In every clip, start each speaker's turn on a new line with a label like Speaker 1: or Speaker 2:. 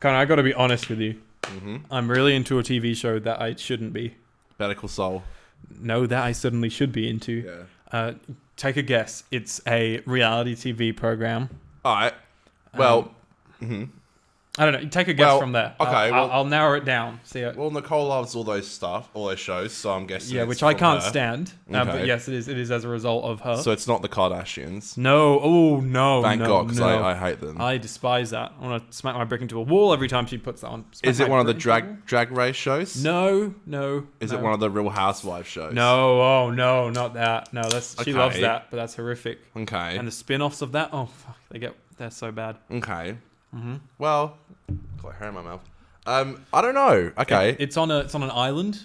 Speaker 1: Connor, I got to be honest with you.
Speaker 2: Mm-hmm.
Speaker 1: I'm really into a TV show that I shouldn't be.
Speaker 2: Better Call Saul.
Speaker 1: No, that I certainly should be into.
Speaker 2: Yeah.
Speaker 1: Uh, take a guess. It's a reality TV program.
Speaker 2: All right. Well,
Speaker 1: Um, I don't know. Take a guess
Speaker 2: Well,
Speaker 1: from there.
Speaker 2: okay,
Speaker 1: I'll,
Speaker 2: well-
Speaker 1: I'll, I'll narrow it down. See it.
Speaker 2: well, Nicole loves all those stuff, all those shows, so I'm guessing.
Speaker 1: yeah,
Speaker 2: it's
Speaker 1: which I
Speaker 2: from
Speaker 1: can't
Speaker 2: her.
Speaker 1: stand. Uh, but
Speaker 2: Okay.
Speaker 1: yes, it is. It is as a result of her.
Speaker 2: So it's not the Kardashians.
Speaker 1: no. Oh no.
Speaker 2: Thank
Speaker 1: no,
Speaker 2: God, because
Speaker 1: no.
Speaker 2: I, I hate them.
Speaker 1: I despise that. I want to smack my brick into a wall every time she puts that on. Smack
Speaker 2: Is it
Speaker 1: my
Speaker 2: one of the
Speaker 1: brick into
Speaker 2: drag drag race shows?
Speaker 1: a wall. No, no.
Speaker 2: Is
Speaker 1: no.
Speaker 2: it one of the Real Housewives shows?
Speaker 1: No, oh no, not that. No, that's she loves
Speaker 2: Okay.
Speaker 1: that, but that's horrific.
Speaker 2: Okay.
Speaker 1: And the spin-offs of that, oh fuck, they get they're so bad.
Speaker 2: okay. Mm-hmm. Well, got hair in my mouth. Um, I don't know. Okay.
Speaker 1: It's on a it's on an island.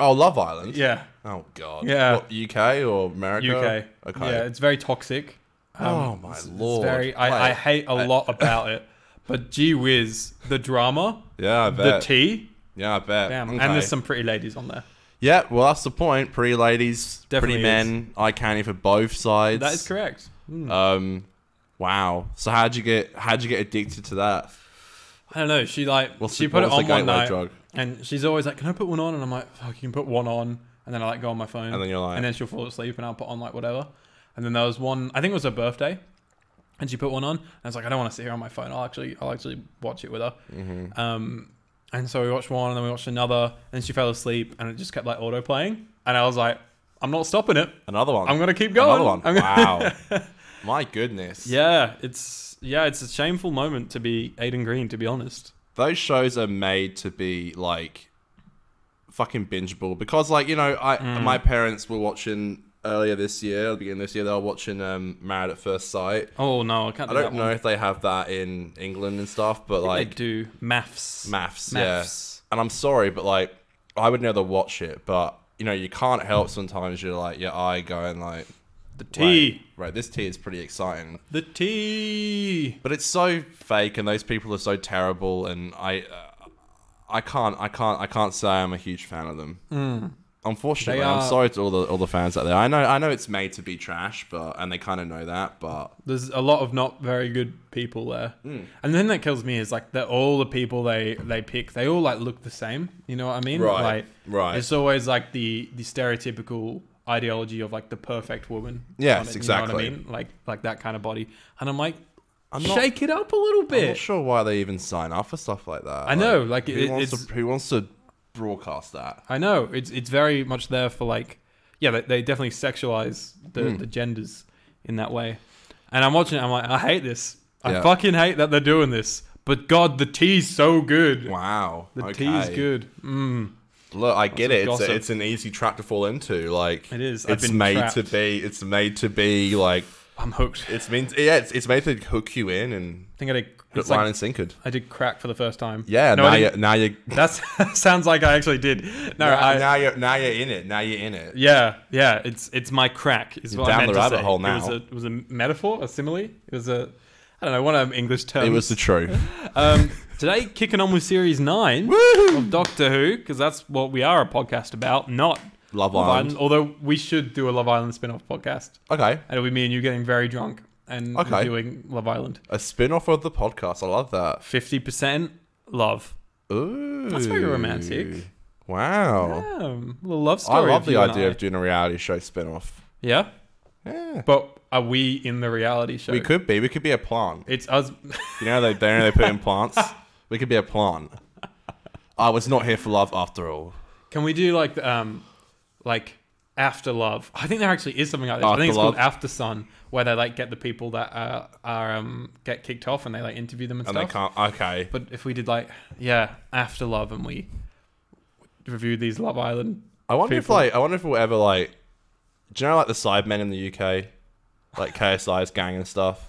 Speaker 2: oh, Love Island.
Speaker 1: Yeah,
Speaker 2: Oh God.
Speaker 1: Yeah.
Speaker 2: What, UK or America?
Speaker 1: UK.
Speaker 2: Uh, Okay.
Speaker 1: Yeah, it's very toxic.
Speaker 2: oh my
Speaker 1: um,
Speaker 2: lord.
Speaker 1: It's very. I, I
Speaker 2: Like,
Speaker 1: hate a lot about it, but gee whiz, the drama,
Speaker 2: Yeah, I
Speaker 1: the
Speaker 2: bet.
Speaker 1: tea,
Speaker 2: yeah, I bet.
Speaker 1: damn,
Speaker 2: Okay.
Speaker 1: and there's some pretty ladies on there.
Speaker 2: Yeah, well, that's the point. Pretty ladies,
Speaker 1: Definitely is.
Speaker 2: pretty men, eye candy for both sides.
Speaker 1: That is correct. Hmm.
Speaker 2: Um, wow. So how'd you get how'd you get addicted to that?
Speaker 1: I don't know. She like
Speaker 2: What's
Speaker 1: she
Speaker 2: the-
Speaker 1: put it
Speaker 2: what was
Speaker 1: on one
Speaker 2: the gateway
Speaker 1: night,
Speaker 2: drug?
Speaker 1: and she's always like, "Can I put one on?" And I'm like, "Fuck, you can put one on." And then I like go on my phone,
Speaker 2: And then you're like-
Speaker 1: and then she'll fall asleep, and I'll put on like whatever. And then there was one, I think it was her birthday, and she put one on. And I was like, "I don't want to sit here on my phone. I'll actually, I'll actually watch it with her."
Speaker 2: Mm-hmm.
Speaker 1: Um, and so we watched one, and then we watched another, and then she fell asleep, and it just kept like auto playing, and I was like, "I'm not stopping it.
Speaker 2: Another one.
Speaker 1: I'm gonna keep going."
Speaker 2: Another one.
Speaker 1: I'm gonna-
Speaker 2: Wow. my goodness.
Speaker 1: yeah, it's yeah, it's a shameful moment to be Aiden Green, to be honest.
Speaker 2: Those shows are made to be like fucking bingeable because, like, you know, I
Speaker 1: Mm.
Speaker 2: my parents were watching earlier this year, at the beginning of this year, they were watching um, Married at First Sight.
Speaker 1: Oh no, I can't.
Speaker 2: I
Speaker 1: Do that
Speaker 2: don't
Speaker 1: One.
Speaker 2: know if they have that in England and stuff, but
Speaker 1: They
Speaker 2: like
Speaker 1: do maths.
Speaker 2: maths,
Speaker 1: Maths.
Speaker 2: yeah. And I'm sorry, but like I would never watch it, but you know, you can't help sometimes you're like your eye going like
Speaker 1: The
Speaker 2: right,
Speaker 1: T.
Speaker 2: right, this tea is pretty exciting.
Speaker 1: The T.
Speaker 2: But it's so fake and those people are so terrible and I uh, I can't I can't I can't say I'm a huge fan of them. Unfortunately,
Speaker 1: Hmm. They
Speaker 2: I'm
Speaker 1: are-
Speaker 2: sorry to all the all the fans out there. I know I know it's made to be trash, but and they kind of know that, but
Speaker 1: There's a lot of not very good people there.
Speaker 2: Hmm.
Speaker 1: And the thing that kills me is like that all the people they they pick, they all like look the same. You know what I mean?
Speaker 2: Right,
Speaker 1: Like,
Speaker 2: right.
Speaker 1: It's always like the the stereotypical ideology of like the perfect woman.
Speaker 2: Yes,
Speaker 1: on it,
Speaker 2: exactly.
Speaker 1: You know what I mean? Like like that kind of body. And I'm like,
Speaker 2: I'm not-
Speaker 1: shake it up a little
Speaker 2: I'm not
Speaker 1: bit.
Speaker 2: sure why they even sign up for stuff like that.
Speaker 1: I know, like,
Speaker 2: who
Speaker 1: it-
Speaker 2: wants
Speaker 1: it's-
Speaker 2: to, who wants to broadcast that?
Speaker 1: I know it's it's very much there for like, yeah, they, they definitely sexualize the,
Speaker 2: Hmm.
Speaker 1: the genders in that way. And I'm watching it. I'm like, I hate this. I
Speaker 2: Yeah.
Speaker 1: fucking hate that they're doing this. But God, the tea's so good.
Speaker 2: Wow,
Speaker 1: The
Speaker 2: okay.
Speaker 1: tea's good. Mm.
Speaker 2: Look, I get
Speaker 1: some
Speaker 2: it. It's,
Speaker 1: gossip.
Speaker 2: a, it's an easy trap to fall into. Like
Speaker 1: It is. I've
Speaker 2: It's
Speaker 1: been
Speaker 2: made
Speaker 1: trapped.
Speaker 2: to be. It's made to be like.
Speaker 1: I'm hooked. I
Speaker 2: It's meant. Yeah, it's, it's made to hook you in and
Speaker 1: think I did.
Speaker 2: hook,
Speaker 1: It's
Speaker 2: line,
Speaker 1: like,
Speaker 2: and sinkered.
Speaker 1: I did crack for the first time.
Speaker 2: Yeah.
Speaker 1: No,
Speaker 2: now
Speaker 1: I
Speaker 2: you.
Speaker 1: didn't-
Speaker 2: Now you.
Speaker 1: that's sounds like I actually did. No,
Speaker 2: now,
Speaker 1: I.
Speaker 2: now you're. Now you're in it. Now you're in it.
Speaker 1: yeah, yeah. It's it's my crack. Is what I
Speaker 2: down
Speaker 1: meant
Speaker 2: the
Speaker 1: to
Speaker 2: rabbit
Speaker 1: say.
Speaker 2: hole
Speaker 1: It was
Speaker 2: now.
Speaker 1: a it was a metaphor, a simile. It was a I don't know one of them English terms.
Speaker 2: It was the truth.
Speaker 1: Um, today, kicking on with series nine of Doctor Who, because that's what we are a podcast about, not
Speaker 2: Love
Speaker 1: Love
Speaker 2: Island.
Speaker 1: Island. Although we should do a Love Island spin off podcast.
Speaker 2: Okay.
Speaker 1: And it'll be me and you getting very drunk and
Speaker 2: Okay.
Speaker 1: reviewing Love Island.
Speaker 2: A spin-off of the podcast. I love that.
Speaker 1: 50% love.
Speaker 2: Ooh.
Speaker 1: That's very romantic.
Speaker 2: Wow.
Speaker 1: Um, a little love
Speaker 2: I
Speaker 1: story.
Speaker 2: love
Speaker 1: you
Speaker 2: the
Speaker 1: and
Speaker 2: idea
Speaker 1: I.
Speaker 2: of doing a reality show spin-off.
Speaker 1: Yeah.
Speaker 2: Yeah.
Speaker 1: But are we in the reality show?
Speaker 2: We could be. We could be a plant.
Speaker 1: It's us.
Speaker 2: You know they they, they put in plants. We could be a plant. I was not here for love after all.
Speaker 1: Can we do like, um, like after love? I think there actually is something like this. I
Speaker 2: After
Speaker 1: think it's
Speaker 2: Love?
Speaker 1: called After Sun, where they like get the people that uh, are um get kicked off and they like interview them and,
Speaker 2: And
Speaker 1: stuff.
Speaker 2: they can't. Okay.
Speaker 1: But if we did like, yeah, After Love, and we reviewed these Love Island,
Speaker 2: I wonder if
Speaker 1: people.
Speaker 2: like I wonder if we'll ever like. Do you know like the Sidemen in the UK, like KSI's gang and stuff?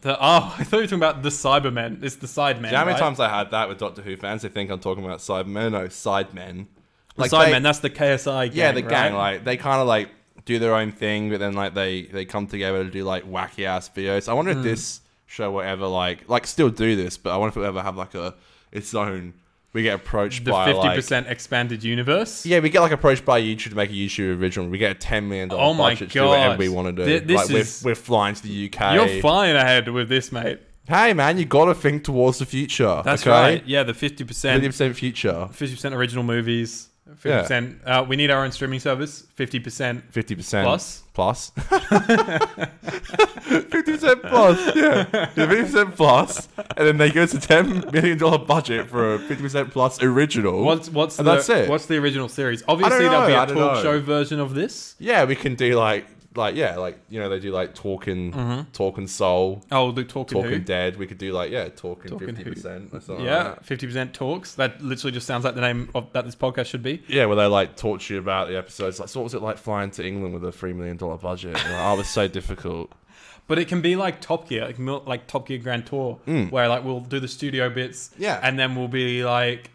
Speaker 1: the oh, I thought you were talking about the Cybermen. It's the Sidemen.
Speaker 2: Do you know how many
Speaker 1: right?
Speaker 2: times I had that with Doctor Who fans? They think I'm talking about Sidemen. No, Sidemen.
Speaker 1: The
Speaker 2: Like
Speaker 1: Sidemen.
Speaker 2: they-
Speaker 1: that's the KSI. Gang,
Speaker 2: yeah, the gang.
Speaker 1: right?
Speaker 2: Like they kind of like do their own thing, but then like they they come together to do like wacky ass videos. I
Speaker 1: Hmm.
Speaker 2: wonder if this show will ever like like still do this, but I wonder if it'll ever have like a its own. We get approached
Speaker 1: the
Speaker 2: by
Speaker 1: fifty
Speaker 2: like
Speaker 1: percent expanded universe.
Speaker 2: yeah, we get like approached by YouTube to make a YouTube original. We get a ten million dollar
Speaker 1: Oh my
Speaker 2: budget to do whatever
Speaker 1: God.
Speaker 2: we want to do.
Speaker 1: Th- this
Speaker 2: like we're,
Speaker 1: is-
Speaker 2: we're flying to the UK.
Speaker 1: You're flying ahead with this, mate.
Speaker 2: Hey man, you gotta think towards the future.
Speaker 1: That's
Speaker 2: okay?
Speaker 1: right. Yeah, the fifty
Speaker 2: Fifty
Speaker 1: percent,
Speaker 2: percent future.
Speaker 1: fifty percent original movies. Fifty percent. Uh, we need our own streaming service. Fifty percent
Speaker 2: Fifty percent
Speaker 1: plus.
Speaker 2: Plus. Fifty percent plus. Yeah. Fifty percent plus, and then they go to ten million dollar budget for a fifty percent plus original.
Speaker 1: What's what's
Speaker 2: And
Speaker 1: the,
Speaker 2: that's it.
Speaker 1: What's the original series? Obviously,
Speaker 2: know,
Speaker 1: there'll be
Speaker 2: I
Speaker 1: a
Speaker 2: don't
Speaker 1: talk
Speaker 2: know.
Speaker 1: show version of this.
Speaker 2: Yeah, we can do like like yeah, like you know they do like talking,
Speaker 1: Mm-hmm.
Speaker 2: talking soul,
Speaker 1: Oh, the talking, who?
Speaker 2: talking dead. We could do like yeah, talking
Speaker 1: Talking
Speaker 2: fifty
Speaker 1: Who.
Speaker 2: percent or something.
Speaker 1: Yeah,
Speaker 2: like that.
Speaker 1: fifty percent talks. That literally just sounds like the name of that this podcast should be.
Speaker 2: yeah, where they like talk to you about the episodes. Like, so what was it like flying to England with a three million dollar budget? And, like, oh, it was so difficult.
Speaker 1: But it can be like Top Gear, like, mil- like Top Gear Grand Tour, where like we'll do the studio bits,
Speaker 2: Mm. Yeah.
Speaker 1: and then we'll be like,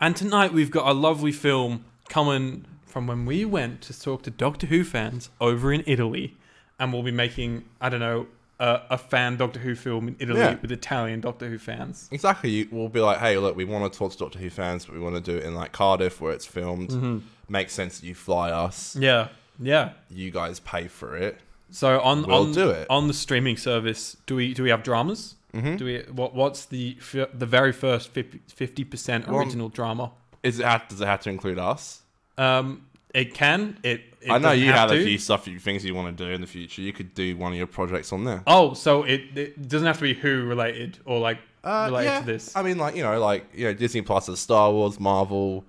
Speaker 1: and tonight we've got a lovely film coming from when we went to talk to Doctor Who fans over in Italy, and we'll be making I don't know a, a fan Doctor Who film in Italy
Speaker 2: Yeah.
Speaker 1: with Italian Doctor Who fans.
Speaker 2: Exactly. You, we'll be like, hey, look, we want to talk to Doctor Who fans, but we want to do it in like Cardiff where it's filmed.
Speaker 1: Mm-hmm.
Speaker 2: Makes sense that you fly us.
Speaker 1: Yeah, yeah.
Speaker 2: You guys pay for it.
Speaker 1: So on
Speaker 2: We'll
Speaker 1: on
Speaker 2: do it. Mm-hmm.
Speaker 1: on the streaming service. Do we do we have dramas? Do we what what's the f- the very first fifty percent
Speaker 2: Well,
Speaker 1: original drama?
Speaker 2: Is it ha- does it have to include us?
Speaker 1: Um, it can. It. it
Speaker 2: I know
Speaker 1: doesn't
Speaker 2: you have,
Speaker 1: to.
Speaker 2: a few stuff, you things you want to do in the future. You could do one of your projects on there.
Speaker 1: Oh, so it, it doesn't have to be who related or like
Speaker 2: Uh,
Speaker 1: related
Speaker 2: yeah.
Speaker 1: to this.
Speaker 2: I mean, like you know, like you know, Disney Plus is Star Wars, Marvel,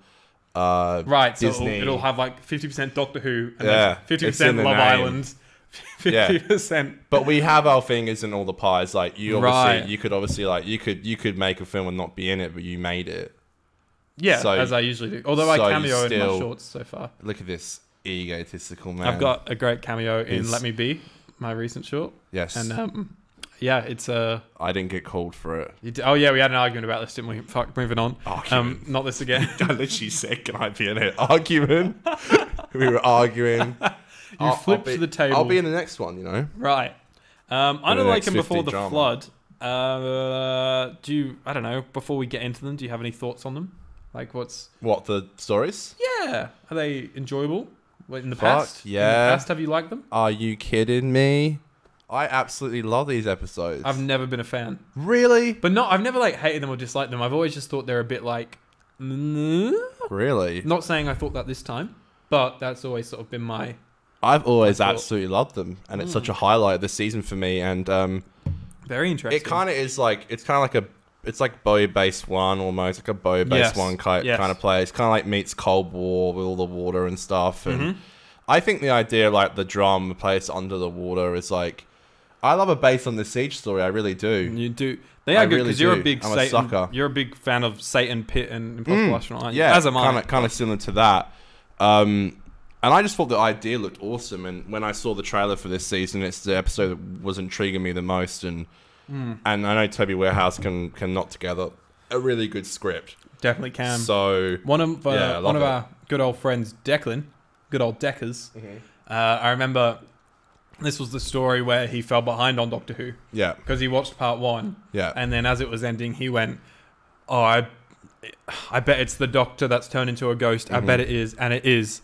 Speaker 2: uh,
Speaker 1: right. So it'll,
Speaker 2: Disney.
Speaker 1: it'll have like fifty percent Doctor Who, and
Speaker 2: Yeah,
Speaker 1: yeah, fifty
Speaker 2: it's
Speaker 1: percent
Speaker 2: in the
Speaker 1: Love
Speaker 2: name.
Speaker 1: Island,
Speaker 2: Yeah.
Speaker 1: fifty percent.
Speaker 2: but we have our fingers in all the pies. Like you, obviously,
Speaker 1: Right.
Speaker 2: you could obviously like you could you could make a film and not be in it, but you made it.
Speaker 1: Yeah,
Speaker 2: So-
Speaker 1: as I usually do. Although I
Speaker 2: so you
Speaker 1: cameo in my
Speaker 2: still-
Speaker 1: shorts so far.
Speaker 2: Look at this egotistical man.
Speaker 1: I've got a great cameo in
Speaker 2: Is-
Speaker 1: Let Me Be, my recent short,
Speaker 2: yes.
Speaker 1: and um, yeah, it's uh,
Speaker 2: I didn't get called for it.
Speaker 1: you d- oh yeah, we had an argument about this, didn't we? Fuck, moving on. Um,
Speaker 2: Argument.
Speaker 1: not this again.
Speaker 2: I literally said, "Can I be in it?" Argument. we were arguing. I'll- I'll
Speaker 1: flipped
Speaker 2: be-
Speaker 1: the table.
Speaker 2: I'll be in the next one. You know.
Speaker 1: Right. Um, I
Speaker 2: For the
Speaker 1: don't like
Speaker 2: next
Speaker 1: him before
Speaker 2: 50
Speaker 1: the
Speaker 2: drama.
Speaker 1: flood. Uh, do you? I don't know. Before we get into them, do you have any thoughts on them? Like, what's?
Speaker 2: What the stories?
Speaker 1: Yeah, are they enjoyable? Like, in the
Speaker 2: Fuck,
Speaker 1: past, In
Speaker 2: yeah.
Speaker 1: the past, have you liked them?
Speaker 2: Are you kidding me? I absolutely love these episodes.
Speaker 1: I've never been a fan,
Speaker 2: really,
Speaker 1: but not. I've never like hated them or disliked them. I've always just thought they're a bit like. "Mm."
Speaker 2: really.
Speaker 1: Not saying I thought that this time, but that's always sort of been my.
Speaker 2: I've always
Speaker 1: I thought-
Speaker 2: absolutely loved them, and it's such a highlight of the season for me. And um,
Speaker 1: Very interesting.
Speaker 2: it kind of is like it's kind of like a it's like Bowie base one almost like a Bowie base
Speaker 1: Yes,
Speaker 2: one kind
Speaker 1: yes.
Speaker 2: kind of play. It's kind of like meets Cold War with all the water and stuff. And
Speaker 1: Mm-hmm.
Speaker 2: I think the idea like the drama placed under the water is like I love a base on the siege story. I really do.
Speaker 1: You do. They
Speaker 2: I
Speaker 1: are good
Speaker 2: really
Speaker 1: because you're
Speaker 2: do.
Speaker 1: a big
Speaker 2: I'm a
Speaker 1: Satan.
Speaker 2: sucker. Mm,
Speaker 1: You're a big fan of Satan Pit and Impossible Astronaut. aren't you?
Speaker 2: Yeah,
Speaker 1: Mm-hmm. as am I.
Speaker 2: Kind of, kind of similar to that. Um, and I just thought the idea looked awesome. And when I saw the trailer for this season, it's the episode that was intriguing me the most. And
Speaker 1: Mm.
Speaker 2: and I know Toby Warehouse can can knock together a really good script.
Speaker 1: Definitely can.
Speaker 2: so
Speaker 1: One of uh,
Speaker 2: Yeah, I love
Speaker 1: one of
Speaker 2: it.
Speaker 1: our good old friends, Declan, good old Deckers. Uh, I remember this was the story where he fell behind on Doctor Who
Speaker 2: yeah,
Speaker 1: because he watched part one,
Speaker 2: yeah,
Speaker 1: and then as it was ending, he went, "Oh, I, I bet it's the Doctor that's turned into a ghost. I
Speaker 2: Mm-hmm.
Speaker 1: bet it is, and it is."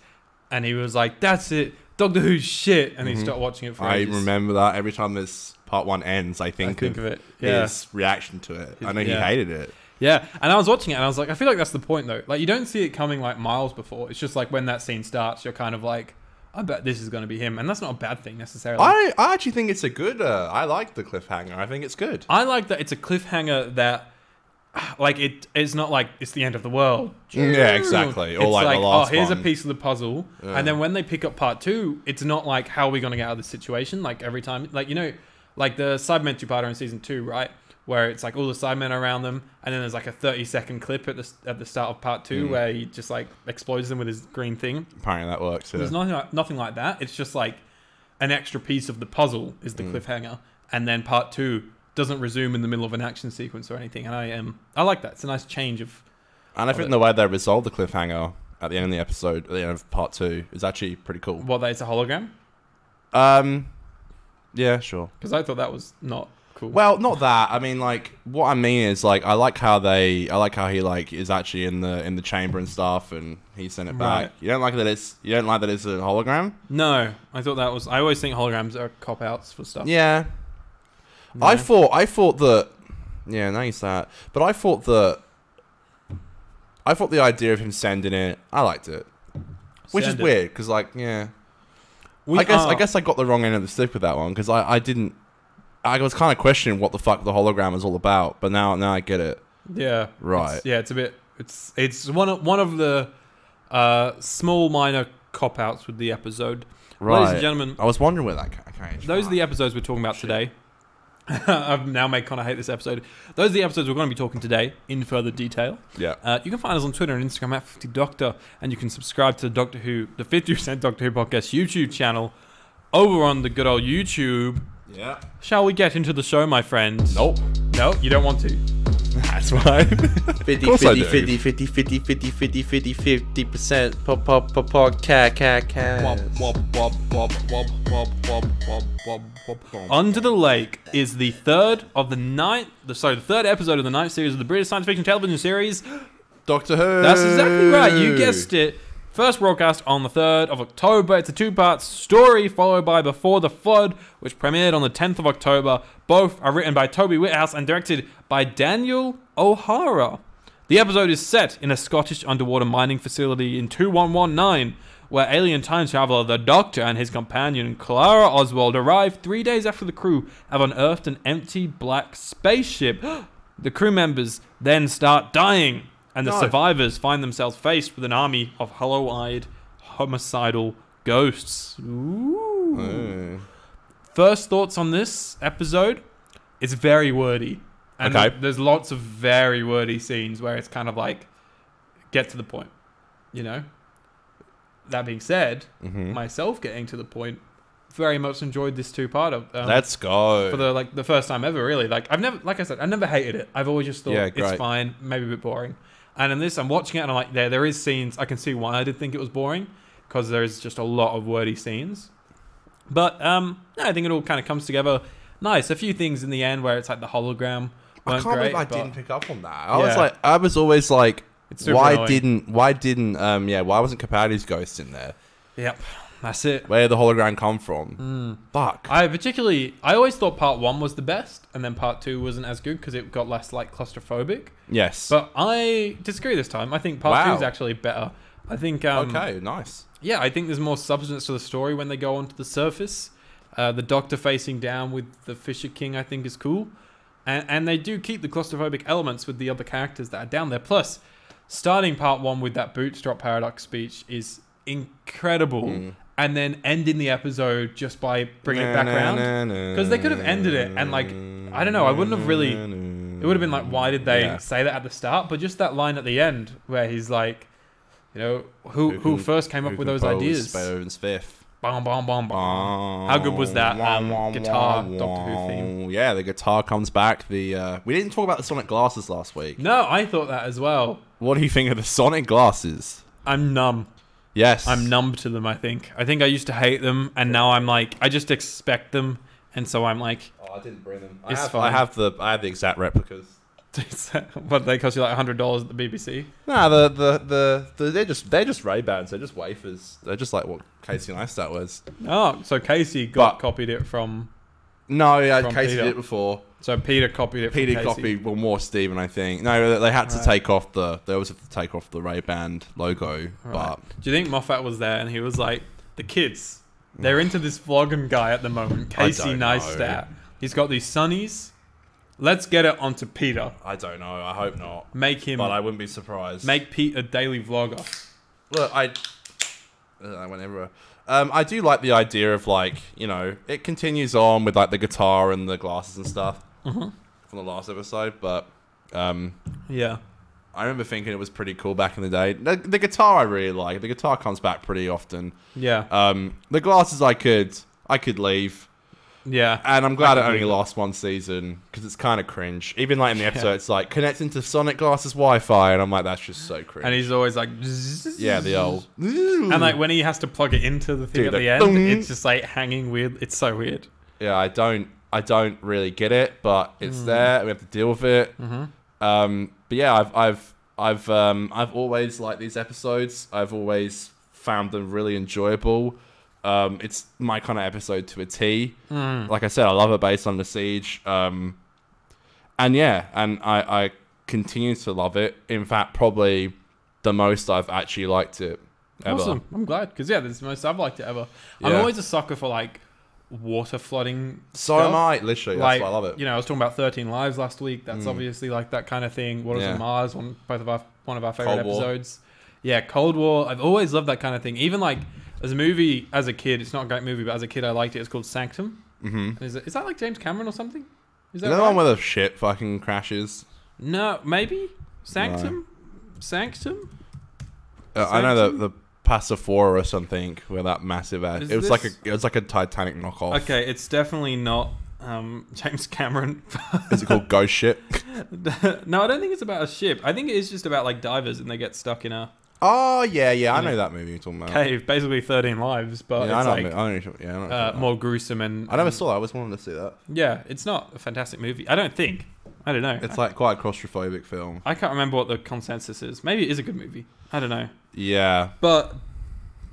Speaker 1: And he was like, "That's it, Doctor Who's shit," and he stopped watching it for
Speaker 2: Mm-hmm. I
Speaker 1: ages.
Speaker 2: remember that every time this part one ends, I
Speaker 1: I
Speaker 2: think,
Speaker 1: think
Speaker 2: of,
Speaker 1: of it. Yeah.
Speaker 2: his reaction to it. I know
Speaker 1: yeah.
Speaker 2: he hated it.
Speaker 1: Yeah, and I was watching it and I was like, I feel like that's the point though. Like you don't see it coming like miles before. It's just like when that scene starts, you're kind of like, I bet this is going to be him, and that's not a bad thing necessarily.
Speaker 2: I, I actually think it's a good. Uh, I like the cliffhanger. I think it's good.
Speaker 1: I like that it's a cliffhanger that, like it, it's not like it's the end of the world.
Speaker 2: Yeah, exactly. Or
Speaker 1: it's
Speaker 2: like
Speaker 1: like,
Speaker 2: the last
Speaker 1: oh, here's
Speaker 2: one.
Speaker 1: a piece of the puzzle, and then when they pick up part two, it's not like how are we going to get out of this situation. Like every time, like you know, like the Cybermen two-parter in season two, right? Where it's like all the Cybermen are around them, and then there's like a thirty-second clip at the at the start of part
Speaker 2: Hmm.
Speaker 1: two where he just like explodes them with his green thing.
Speaker 2: Apparently that works. Yeah.
Speaker 1: There's nothing like, nothing like that. It's just like an extra piece of the puzzle is
Speaker 2: Mm.
Speaker 1: the cliffhanger, and then part two doesn't resume in the middle of an action sequence or anything. And I am I like that. It's a nice change of
Speaker 2: And I think the way they resolved the cliffhanger at the end of the episode, at the end of part two, is actually pretty cool.
Speaker 1: what they it's a hologram
Speaker 2: Um, yeah, sure.
Speaker 1: because I thought that was not cool.
Speaker 2: Well, not that. I mean, like, what I mean is, like, I like how they, I like how he, like, is actually in the in the chamber and stuff, and he sent it back.
Speaker 1: Right.
Speaker 2: You don't like that it's, you don't like that it's a hologram.
Speaker 1: no, I thought that was. I always think holograms are cop outs for stuff.
Speaker 2: Yeah. I thought, I thought that Yeah, nice that. But I thought that I thought the idea of him sending it, I liked it, which
Speaker 1: Send
Speaker 2: is
Speaker 1: it.
Speaker 2: weird because like yeah,
Speaker 1: We
Speaker 2: I guess I
Speaker 1: are-
Speaker 2: guess I got the wrong end of the stick with that one because I I didn't. I was kind of questioning what the fuck the hologram is all about, but now now I get it.
Speaker 1: Yeah.
Speaker 2: Right.
Speaker 1: It's- yeah, it's a bit. It's it's one of one of the uh, small minor cop outs with the episode. Ladies and gentlemen,
Speaker 2: I was wondering where that ca- came.
Speaker 1: those are
Speaker 2: from.
Speaker 1: the episodes we're talking about today. I've now made kind of hate this episode. Those are the episodes we're going to be talking today in further detail.
Speaker 2: yeah.
Speaker 1: Uh, you can find us on Twitter and Instagram at 50 Doctor, and you can subscribe to Doctor Who, the 50% Doctor Who podcast YouTube channel over on the good old YouTube.
Speaker 2: Yeah.
Speaker 1: Shall we get into the show, my friend?
Speaker 2: Nope.
Speaker 1: No, you don't want to.
Speaker 2: That's why.
Speaker 3: Fifty,
Speaker 2: course I
Speaker 3: fifty,
Speaker 2: do.
Speaker 3: fifty, fifty, fifty, fifty, fifty, fifty, fifty percent. Pop, pop, pop, pop, cat, cat,
Speaker 1: Wob,
Speaker 3: cat.
Speaker 1: wob, wob, wob, wob, wob, wob, wob, wob, wob. Under the Lake is the third of the ninth, the, sorry, the third episode of the ninth series of the British science fiction television series.
Speaker 2: Doctor Who.
Speaker 1: That's exactly right. You guessed it. First broadcast on the 3rd of October. It's a two part story followed by Before the Flood, which premiered on the 10th of October. Both are written by Toby Whithouse and directed by Daniel O'Hara. The episode is set in a Scottish underwater mining facility in 2119, where alien time traveler the Doctor and his companion Clara Oswald arrive three days after the crew have unearthed an empty black spaceship. The crew members then start dying, and the
Speaker 2: No.
Speaker 1: survivors find themselves faced with an army of hollow eyed, homicidal ghosts. Ooh.
Speaker 2: Mm.
Speaker 1: First thoughts on this episode? It's very wordy. And
Speaker 2: Okay.
Speaker 1: there's lots of very wordy scenes where it's kind of like, get to the point, you know? That being said,
Speaker 2: Mhm.
Speaker 1: myself getting to the point, very much enjoyed this two-part of um,
Speaker 2: Let's go.
Speaker 1: for the like the first time ever really like i've never like i said i've never hated it i've always just thought
Speaker 2: Yeah,
Speaker 1: it's
Speaker 2: great.
Speaker 1: fine maybe a bit boring and in this i'm watching it and i'm like there there is scenes i can see why i did think it was boring because there is just a lot of wordy scenes but um no, i think it all kind of comes together nice a few things in the end where it's like the hologram
Speaker 2: I
Speaker 1: weren't
Speaker 2: can't
Speaker 1: great,
Speaker 2: believe I
Speaker 1: but
Speaker 2: didn't pick up on that. I was
Speaker 1: Yeah.
Speaker 2: like, I was always like,
Speaker 1: It's super
Speaker 2: why
Speaker 1: annoying.
Speaker 2: didn't, why didn't, um, yeah, why wasn't Capaldi's ghost in there?
Speaker 1: yep that's it
Speaker 2: Where did the hologram come from? Fuck.
Speaker 1: Hmm. I particularly, I always thought part one was the best, and then part two wasn't as good because it got less like claustrophobic.
Speaker 2: yes.
Speaker 1: But I disagree this time. I think part two
Speaker 2: Wow.
Speaker 1: is actually better. I think um,
Speaker 2: okay, nice.
Speaker 1: yeah, I think there's more substance to the story when they go onto the surface. Uh, the Doctor facing down with the Fisher King, I think, is cool, and and they do keep the claustrophobic elements with the other characters that are down there. Plus, starting part one with that bootstrap paradox speech is incredible,
Speaker 2: Hmm.
Speaker 1: and then ending the episode just by bringing it back around.
Speaker 2: because
Speaker 1: they could have ended it and, like, I don't know, I wouldn't have really- It would have been like, why did they
Speaker 2: Mm, Yeah.
Speaker 1: say that at the start? But just that line at the end where he's like, you know, who who,
Speaker 2: Who can-
Speaker 1: first came up with those ideas?
Speaker 2: Beethoven's fifth.
Speaker 1: Bom, bom, bom, bom. How good was that, um, guitar Doctor Who theme?
Speaker 2: Yeah, the guitar comes back. The uh, we didn't talk about the sonic glasses last week.
Speaker 1: No, I thought that as well.
Speaker 2: What do you think of the sonic glasses?
Speaker 1: I'm numb.
Speaker 2: Yes,
Speaker 1: I'm numb to them. I think. I think I used to hate them, and now I'm like, I just expect them, and so I'm like,
Speaker 2: Oh, I didn't bring them. I
Speaker 1: It's
Speaker 2: have,
Speaker 1: fine.
Speaker 2: I have the I have the exact replicas.
Speaker 1: but they cost you like hundred dollars at the BBC.
Speaker 2: Nah, the the, the the they're just they're just Ray Bans. They're just wafers. They're just like what Casey Neistat was.
Speaker 1: Oh, so Casey got
Speaker 2: But-
Speaker 1: copied it from.
Speaker 2: No, yeah,
Speaker 1: From
Speaker 2: Casey
Speaker 1: Peter.
Speaker 2: did it before.
Speaker 1: So Peter copied it.
Speaker 2: Peter
Speaker 1: from Casey.
Speaker 2: copied well more Steven, I think. No, they had to
Speaker 1: Right.
Speaker 2: take off the they always have to take off the Ray Ban logo.
Speaker 1: Right. Do you think Moffat was there and he was like, the kids, they're into this vlogging guy at the moment,
Speaker 2: Mm. I
Speaker 1: Casey
Speaker 2: don't know.
Speaker 1: Neistat. He's got these sunnies. Let's get it onto Peter.
Speaker 2: But I don't know. I hope not.
Speaker 1: Make him,
Speaker 2: But I wouldn't be surprised.
Speaker 1: make Pete a daily vlogger.
Speaker 2: look, I Ugh, I went everywhere. Um, I do like the idea of like you know it continues on with like the guitar and the glasses and stuff
Speaker 1: Mm-hmm.
Speaker 2: from the last episode, but um,
Speaker 1: Yeah.
Speaker 2: I remember thinking it was pretty cool back in the day. The, the guitar I really like. The guitar comes back pretty often.
Speaker 1: Yeah.
Speaker 2: Um, the glasses I could I could leave,
Speaker 1: yeah.
Speaker 2: and I'm glad
Speaker 1: I
Speaker 2: it
Speaker 1: could
Speaker 2: only
Speaker 1: leave it.
Speaker 2: last one season because it's kind of cringe. Even like in the episode, it's like connecting to Sonic Glasses Wi-Fi, and I'm like, that's just so cringe.
Speaker 1: And he's always like,
Speaker 2: yeah, the old
Speaker 1: And like when he has to plug it into the thing
Speaker 2: Dude,
Speaker 1: at
Speaker 2: the
Speaker 1: the end,
Speaker 2: thong.
Speaker 1: it's just like hanging weird. It's so weird.
Speaker 2: yeah, I don't I don't really get it, but it's
Speaker 1: Hmm.
Speaker 2: there. We have to deal with it.
Speaker 1: Mm-hmm.
Speaker 2: Um, but yeah, I've I've I've um, I've always liked these episodes. I've always found them really enjoyable. Um, it's my
Speaker 1: Hmm.
Speaker 2: kind of episode to a T. Like I said, I love it based on the siege. Um, and yeah, and I, I continue to love it. In fact, probably the most I've actually liked it ever.
Speaker 1: Awesome. I'm glad because yeah, this is the most I've liked it ever. I'm
Speaker 2: Yeah.
Speaker 1: always a sucker for like water flooding.
Speaker 2: So
Speaker 1: stuff.
Speaker 2: am I, literally. That's why I love it. Mm.
Speaker 1: You know, I was talking about Thirteen Lives last week. That's obviously like that kind of thing. Waters
Speaker 2: Yeah.
Speaker 1: of Mars, one both of our one of our favorite
Speaker 2: Cold War.
Speaker 1: episodes. Yeah, Cold War. I've always loved that kind of thing. Even like as a movie, as a kid, it's not a great movie, but as a kid, I liked it. It's called Sanctum.
Speaker 2: mm-hmm.
Speaker 1: And is, it, is that like James Cameron or something? Is
Speaker 2: Is
Speaker 1: that
Speaker 2: that the
Speaker 1: right?
Speaker 2: one where the ship fucking crashes?
Speaker 1: No, maybe Sanctum. Sanctum.
Speaker 2: Uh, I know
Speaker 1: Sanctum?
Speaker 2: the the Passifora or something where that massive ass.
Speaker 1: Is
Speaker 2: It was like a
Speaker 1: this-
Speaker 2: it was like a Titanic knockoff.
Speaker 1: Okay, it's definitely not um, James Cameron.
Speaker 2: Is it called Ghost Ship?
Speaker 1: no, I don't think it's about a ship. I think it is just about like divers and they get stuck in a
Speaker 2: Oh yeah, yeah. I
Speaker 1: Yeah.
Speaker 2: know that movie you're talking about.
Speaker 1: cave, basically thirteen lives, but
Speaker 2: yeah, I
Speaker 1: it's
Speaker 2: know.
Speaker 1: like
Speaker 2: I know. you're- Yeah, I, know you're
Speaker 1: uh,
Speaker 2: talking
Speaker 1: more gruesome and.
Speaker 2: about. I never saw that. I always wanted to see that.
Speaker 1: Yeah, it's not a fantastic movie. I don't think. I don't know.
Speaker 2: It's like quite a claustrophobic film.
Speaker 1: I can't remember what the consensus is. Maybe it is a good movie. I don't know.
Speaker 2: Yeah.
Speaker 1: But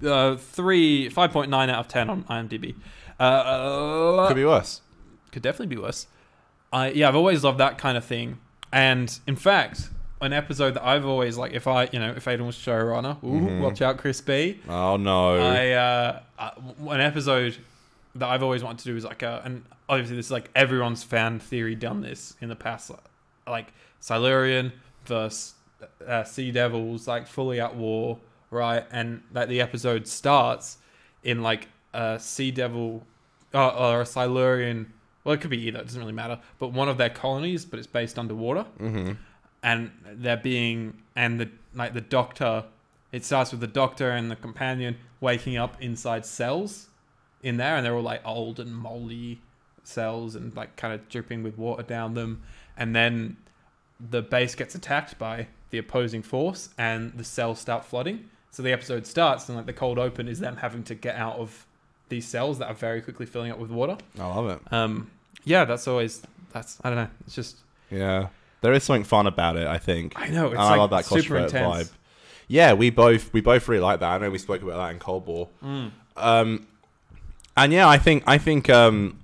Speaker 1: uh, three, five point nine out of ten on IMDb. Uh,
Speaker 2: Could be worse.
Speaker 1: could definitely be worse. I yeah, I've always loved that kind of thing. And in fact, an episode that I've always like, if I you know, if Aiden was showrunner, ooh,
Speaker 2: Mm-hmm.
Speaker 1: watch out, Chris B.
Speaker 2: Oh no.
Speaker 1: I, uh, I an episode that I've always wanted to do is like a, and obviously this is like everyone's fan theory done this in the past, like, like Silurian versus uh, Sea Devils, like fully at war, right? And like the episode starts in like a Sea Devil uh, or a Silurian. Well, it could be either. It doesn't really matter. But one of their colonies, but it's based underwater
Speaker 2: mm-hmm.
Speaker 1: and they're being and the like the doctor it starts with the doctor and the companion waking up inside cells in there and they're all like old and moldy cells and like kind of dripping with water down them and then the base gets attacked by the opposing force and the cells start flooding so the episode starts and like the cold open is them having to get out of these cells that are very quickly filling up with water
Speaker 2: I love it.
Speaker 1: um yeah that's always that's i don't know it's just
Speaker 2: Yeah. There is something fun about it. I think.
Speaker 1: i know it's
Speaker 2: And I
Speaker 1: like
Speaker 2: love that
Speaker 1: super
Speaker 2: claustrophobic
Speaker 1: intense
Speaker 2: vibe. Yeah, we both we both really like that. I know we spoke about that in Cold War.
Speaker 1: Mm.
Speaker 2: Um, and yeah, I think I think um,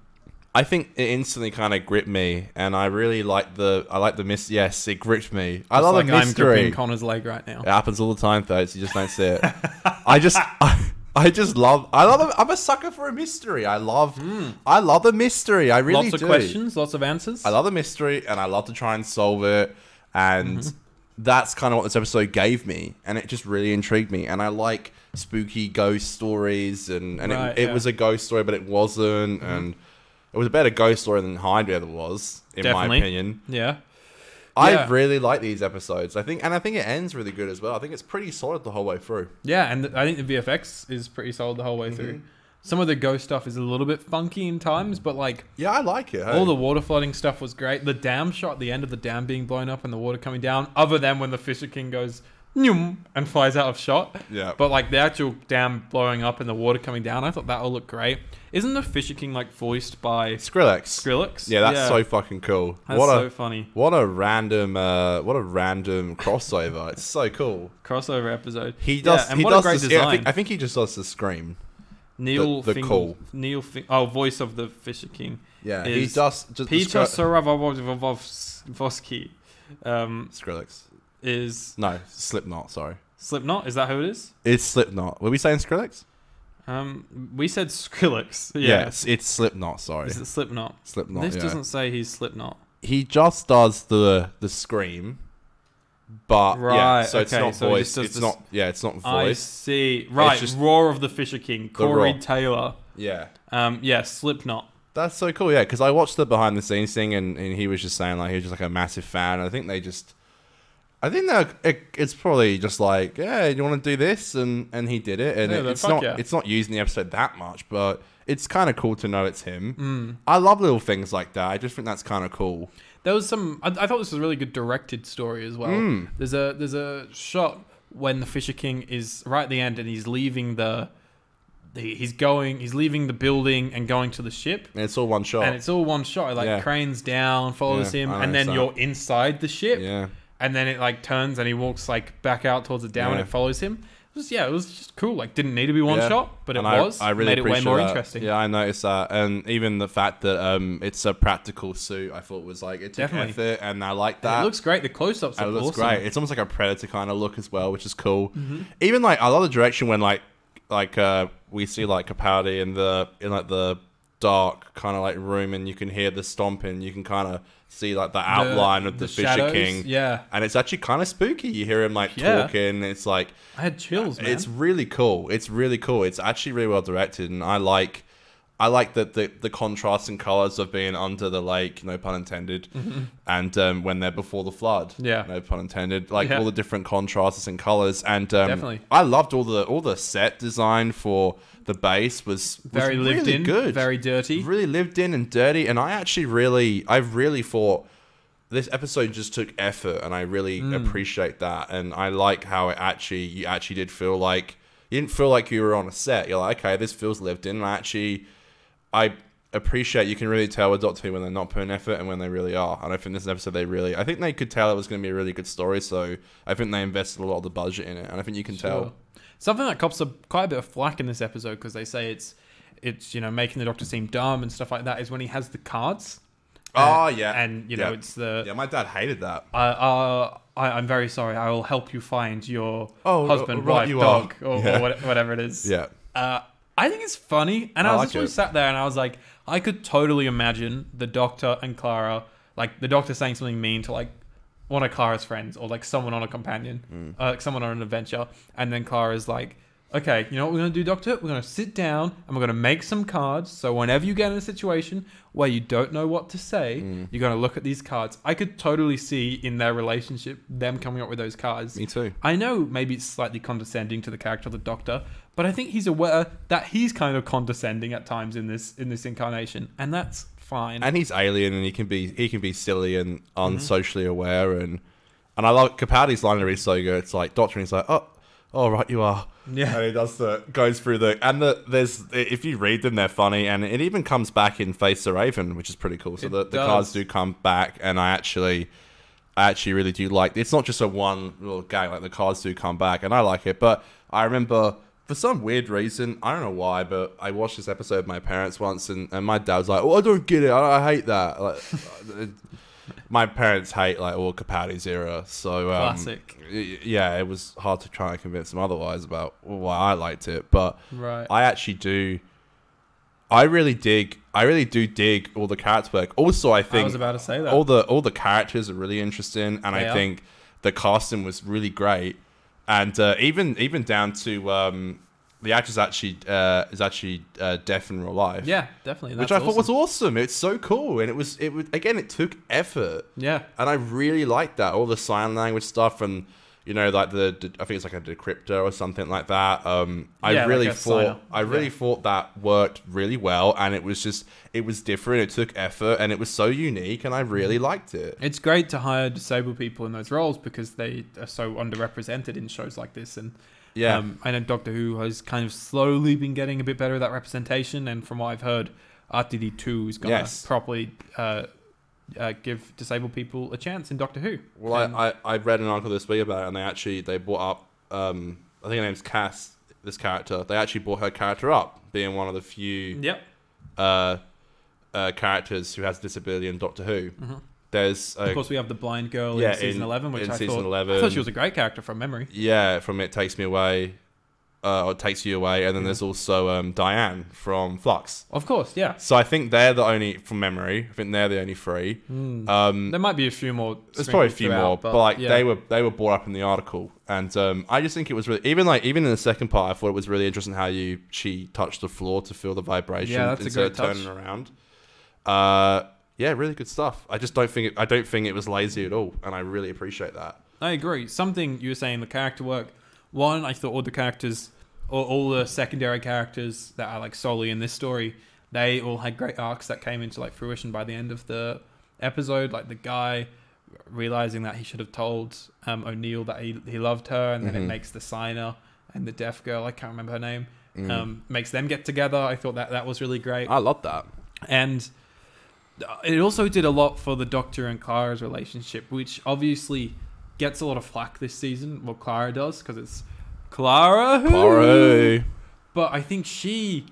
Speaker 2: I think it instantly kind of gripped me, and I really like the I like the mist. Yes, it gripped me. I
Speaker 1: It's
Speaker 2: love
Speaker 1: like
Speaker 2: a
Speaker 1: I'm gripping
Speaker 2: mystery.
Speaker 1: Connor's leg right now.
Speaker 2: it happens all the time, though. So you just don't see it. I just. I, I just love. I love. I'm a sucker for a mystery. I love. I love a mystery. I really
Speaker 1: Mm. lots of
Speaker 2: do.
Speaker 1: questions, lots of answers.
Speaker 2: I love the mystery and I love to try and solve it. And
Speaker 1: Mm-hmm.
Speaker 2: that's kind of what this episode gave me. And it just really intrigued me. And I like spooky ghost stories. And, and
Speaker 1: Right,
Speaker 2: it, it
Speaker 1: yeah. Mm-hmm.
Speaker 2: was a ghost story, but it wasn't. And it was a better ghost story than Hyde ever was, in my
Speaker 1: Definitely.
Speaker 2: opinion.
Speaker 1: yeah. Yeah.
Speaker 2: I really like these episodes. I think, and I think it ends really good as well. I think it's pretty solid the whole way through.
Speaker 1: Yeah, and th- I think the VFX is pretty solid the whole way through.
Speaker 2: Mm-hmm.
Speaker 1: Some of the ghost stuff is a little bit funky in times, but like
Speaker 2: Yeah, I like it. hey.
Speaker 1: all the water flooding stuff was great. The dam shot, the end of the dam being blown up and the water coming down, other than when the Fisher King goes "Nyum," and flies out of shot.
Speaker 2: Yeah.
Speaker 1: But like the actual dam blowing up and the water coming down, I thought that all looked great. Isn't the Fisher King like voiced by
Speaker 2: Skrillex.
Speaker 1: Skrillex?
Speaker 2: Yeah, that's so fucking cool.
Speaker 1: That's
Speaker 2: what
Speaker 1: so
Speaker 2: a
Speaker 1: funny.
Speaker 2: what a random uh, what a random crossover. it's so cool.
Speaker 1: Crossover episode.
Speaker 2: He
Speaker 1: Yeah,
Speaker 2: does.
Speaker 1: and
Speaker 2: he
Speaker 1: what
Speaker 2: does
Speaker 1: a great
Speaker 2: the- yeah,
Speaker 1: design.
Speaker 2: I, think, I think he just does the scream.
Speaker 1: Neil
Speaker 2: the
Speaker 1: Fing-
Speaker 2: call.
Speaker 1: Neil Fing- oh voice of the Fisher King.
Speaker 2: Yeah, he
Speaker 1: Is
Speaker 2: does just the
Speaker 1: Peter
Speaker 2: Skri-
Speaker 1: Soravovsky um,
Speaker 2: Skrillex.
Speaker 1: is
Speaker 2: No, Slipknot. Sorry,
Speaker 1: Slipknot. Is that who it is?
Speaker 2: it's Slipknot. Were we saying Skrillex?
Speaker 1: Um, we said Skrillex. Yeah.
Speaker 2: it's, it's Slipknot. Sorry,
Speaker 1: Is it Slipknot?
Speaker 2: Slipknot.
Speaker 1: this
Speaker 2: yeah.
Speaker 1: doesn't say he's Slipknot.
Speaker 2: He just does the the scream, but yeah,
Speaker 1: Right,
Speaker 2: so it's
Speaker 1: okay,
Speaker 2: not
Speaker 1: so he
Speaker 2: voice.
Speaker 1: just does
Speaker 2: It's
Speaker 1: this-
Speaker 2: not. Yeah, it's not
Speaker 1: I
Speaker 2: voice.
Speaker 1: see. Right,
Speaker 2: just-
Speaker 1: Roar of the Fisher King. Corey
Speaker 2: roar.
Speaker 1: Taylor.
Speaker 2: Yeah.
Speaker 1: Um, yeah, Slipknot.
Speaker 2: That's so cool, yeah. Because I watched the behind the scenes thing, and, and he was just saying like he was just like a massive fan. I think they just, I think that it, it's probably just like, yeah, you want to do this, and and he did it, and
Speaker 1: Yeah,
Speaker 2: it-
Speaker 1: then
Speaker 2: it's
Speaker 1: fuck
Speaker 2: not
Speaker 1: yeah.
Speaker 2: it's not used in the episode that much, but it's kind of cool to know it's
Speaker 1: Mm.
Speaker 2: him. I love little things like that. I just think that's kind of cool.
Speaker 1: There was some. I, I thought this was a really good directed story as well.
Speaker 2: Hmm.
Speaker 1: There's a there's a shot when the Fisher King is right at the end and he's leaving the. he- He's going. He's leaving the building and going to the ship,
Speaker 2: And it's all one shot.
Speaker 1: and it's all one shot. It, Like
Speaker 2: Oh. Yeah.
Speaker 1: cranes down, follows
Speaker 2: Yeah,
Speaker 1: him,
Speaker 2: I
Speaker 1: and then
Speaker 2: noticed
Speaker 1: you're inside the ship,
Speaker 2: yeah,
Speaker 1: and then it like turns and he walks like back out towards the dam, and
Speaker 2: Yeah.
Speaker 1: it follows him. was, yeah, it was just cool. Like, didn't need to be one
Speaker 2: Yeah.
Speaker 1: shot, but it
Speaker 2: And
Speaker 1: was. made it way
Speaker 2: appreciate
Speaker 1: more
Speaker 2: that.
Speaker 1: interesting.
Speaker 2: Yeah, I noticed that, and even the fact that um, it's a practical suit, I thought was like it took
Speaker 1: Definitely.
Speaker 2: effort, and I like
Speaker 1: And
Speaker 2: that.
Speaker 1: it looks great. The close-ups
Speaker 2: And
Speaker 1: are
Speaker 2: it looks
Speaker 1: awesome. Mm-hmm.
Speaker 2: great. It's almost like a predator kind of look as well, which is cool. Even like I love the direction when like like uh, we see like Capaldi in the in like the dark kind of like room, and you can hear the stomping. You can kind of see like the outline of the, Fisher
Speaker 1: shadows,
Speaker 2: King.
Speaker 1: Yeah,
Speaker 2: And it's actually kind of spooky. You hear him like
Speaker 1: Yeah.
Speaker 2: talking. It's like
Speaker 1: I had chills, man.
Speaker 2: it's really cool. It's really cool. It's actually really well directed, and I like, I like that the the contrast and colors of being under the lake, no pun intended, and um, when they're before the flood,
Speaker 1: Mm-hmm. Yeah.
Speaker 2: no pun intended. Like
Speaker 1: Yeah.
Speaker 2: all the different contrasts and colors, and um,
Speaker 1: Definitely.
Speaker 2: I loved all the all the set design for the base was, was
Speaker 1: very
Speaker 2: really
Speaker 1: lived in,
Speaker 2: good,
Speaker 1: very dirty.
Speaker 2: really lived in and dirty. And I actually really, I really thought this episode just took effort, and I really
Speaker 1: Hmm.
Speaker 2: appreciate that. And I like how it actually, you actually did feel like you didn't feel like you were on a set. You're like, okay, this feels lived in. And I actually, I appreciate you can really tell with Doctor Who when they're not putting effort and when they really are. And I think this episode they really, I think they could tell it was going to be a really good story. So I think they invested a lot of the budget in it, and I think you can
Speaker 1: Sure.
Speaker 2: tell.
Speaker 1: Something that cops a quite a bit of flack in this episode because they say it's it's you know making the Doctor seem dumb and stuff like that is when he has the cards.
Speaker 2: Oh
Speaker 1: Uh,
Speaker 2: yeah,
Speaker 1: and you know
Speaker 2: Yeah.
Speaker 1: it's the
Speaker 2: yeah. My dad hated that.
Speaker 1: uh, uh, I, I'm very sorry. I will help you find your
Speaker 2: Oh,
Speaker 1: husband,
Speaker 2: right,
Speaker 1: wife,
Speaker 2: you
Speaker 1: dog,
Speaker 2: are.
Speaker 1: or,
Speaker 2: Yeah.
Speaker 1: or what- whatever it is.
Speaker 2: Yeah.
Speaker 1: Uh, I think it's funny, and I,
Speaker 2: I
Speaker 1: was
Speaker 2: like
Speaker 1: just really
Speaker 2: it.
Speaker 1: sat there and I was like, I could totally imagine the Doctor and Clara, like the Doctor saying something mean to like one of Clara's friends or like someone on a
Speaker 2: Mm.
Speaker 1: companion, uh, like someone on an adventure, and then Clara's like. Okay, you know what we're gonna do, Doctor? We're gonna sit down and we're gonna make some cards. So whenever you get in a situation where you don't know what to say,
Speaker 2: Mm.
Speaker 1: you're gonna look at these cards. I could totally see in their relationship them coming up with those cards.
Speaker 2: Me too.
Speaker 1: I know maybe it's slightly condescending to the character of the Doctor, but I think he's aware that he's kind of condescending at times in this in this incarnation, and that's fine.
Speaker 2: and he's alien and he can be he can be silly and unsocially aware and and I love Capaldi's line is really so good. It's like Doctor and he's like, oh, oh right, you are.
Speaker 1: Yeah.
Speaker 2: and he does the goes through the and the there's if you read them they're funny and it even comes back in Face the Raven, which is pretty cool. So
Speaker 1: It
Speaker 2: the, the
Speaker 1: does.
Speaker 2: cards do come back, and I actually. I actually really do like it's not just a one little game like the cards do come back and I like it but I remember for some weird reason I don't know why but I watched this episode with my parents once and, and my dad was like oh I don't get it I, I hate that like uh, my parents hate like all Capaldi's era so um,
Speaker 1: Classic.
Speaker 2: y- yeah it was hard to try and convince them otherwise about why I liked it but
Speaker 1: Right.
Speaker 2: I actually do I really dig I really do dig all the character work also I think
Speaker 1: I was about to say that.
Speaker 2: all the all the characters are really interesting, and
Speaker 1: They
Speaker 2: I
Speaker 1: are.
Speaker 2: think the casting was really great, and uh, even even down to um, the actress actually uh, is actually uh, deaf in real life,
Speaker 1: yeah, definitely.
Speaker 2: which
Speaker 1: That's
Speaker 2: I
Speaker 1: awesome.
Speaker 2: thought was awesome. It's so cool, and it was it was again it took effort,
Speaker 1: yeah.
Speaker 2: and I really liked that all the sign language stuff and. You know, like the de- I think it's like a decryptor or something like that. Um, I
Speaker 1: Yeah, like
Speaker 2: really
Speaker 1: a
Speaker 2: thought
Speaker 1: signer.
Speaker 2: I really
Speaker 1: Yeah.
Speaker 2: thought that worked really well, and it was just it was different. It took effort, and it was so unique, and I really
Speaker 1: Mm-hmm.
Speaker 2: liked it.
Speaker 1: It's great to hire disabled people in those roles because they are so underrepresented in shows like this. And
Speaker 2: Yeah.
Speaker 1: um, I know Doctor Who has kind of slowly been getting a bit better at that representation. And from what I've heard, RTD two is gonna
Speaker 2: Yes.
Speaker 1: properly uh, uh, give disabled people a chance in Doctor Who.
Speaker 2: Well,
Speaker 1: And-
Speaker 2: I, I, I read an article this week about it, and they actually they brought up um, I think her name's Cass. This character, they actually brought her character up, being one of the few
Speaker 1: yep.
Speaker 2: uh, uh, characters who has disability in Doctor Who. There's
Speaker 1: Mm-hmm. Of
Speaker 2: a,
Speaker 1: course, we have the blind girl
Speaker 2: Yeah,
Speaker 1: in season
Speaker 2: in-
Speaker 1: eleven, which
Speaker 2: in
Speaker 1: I
Speaker 2: season
Speaker 1: thought
Speaker 2: 11.
Speaker 1: I thought she was a great character from memory.
Speaker 2: yeah from It Takes Me Away, uh, or It Takes You Away,
Speaker 1: Mm-hmm.
Speaker 2: and then there's also um, Diane from Flux.
Speaker 1: Of course, yeah.
Speaker 2: So I think they're the only from memory. I think they're the only three. Um,
Speaker 1: There might be a few more.
Speaker 2: There's probably a
Speaker 1: sprinkled
Speaker 2: few
Speaker 1: throughout,
Speaker 2: more, but, like
Speaker 1: yeah.
Speaker 2: they were they were brought up in the article, and um, I just think it was really even like even in the second part, I thought it was really interesting how you she touched the floor to feel the vibration
Speaker 1: Yeah, that's a
Speaker 2: instead
Speaker 1: great
Speaker 2: of turning around. Uh, yeah, really good stuff. I just don't think it, I don't think it was lazy at all, and I really appreciate that.
Speaker 1: I agree. Something you were saying, the character work. One, I thought all the characters, all, all the secondary characters that are like solely in this story, they all had great arcs that came into like fruition by the end of the episode. Like the guy realizing that he should have told um, O'Neill that he, he loved her, and then it makes the signer and the deaf girl, I can't remember her name, um, makes them get together. I thought that that was really great
Speaker 2: I love that.
Speaker 1: and uh, it also did a lot for the Doctor and Clara's relationship, which obviously gets a lot of flack this season. Well, Clara does because it's Clara who?
Speaker 2: Poirot.
Speaker 1: But I think she.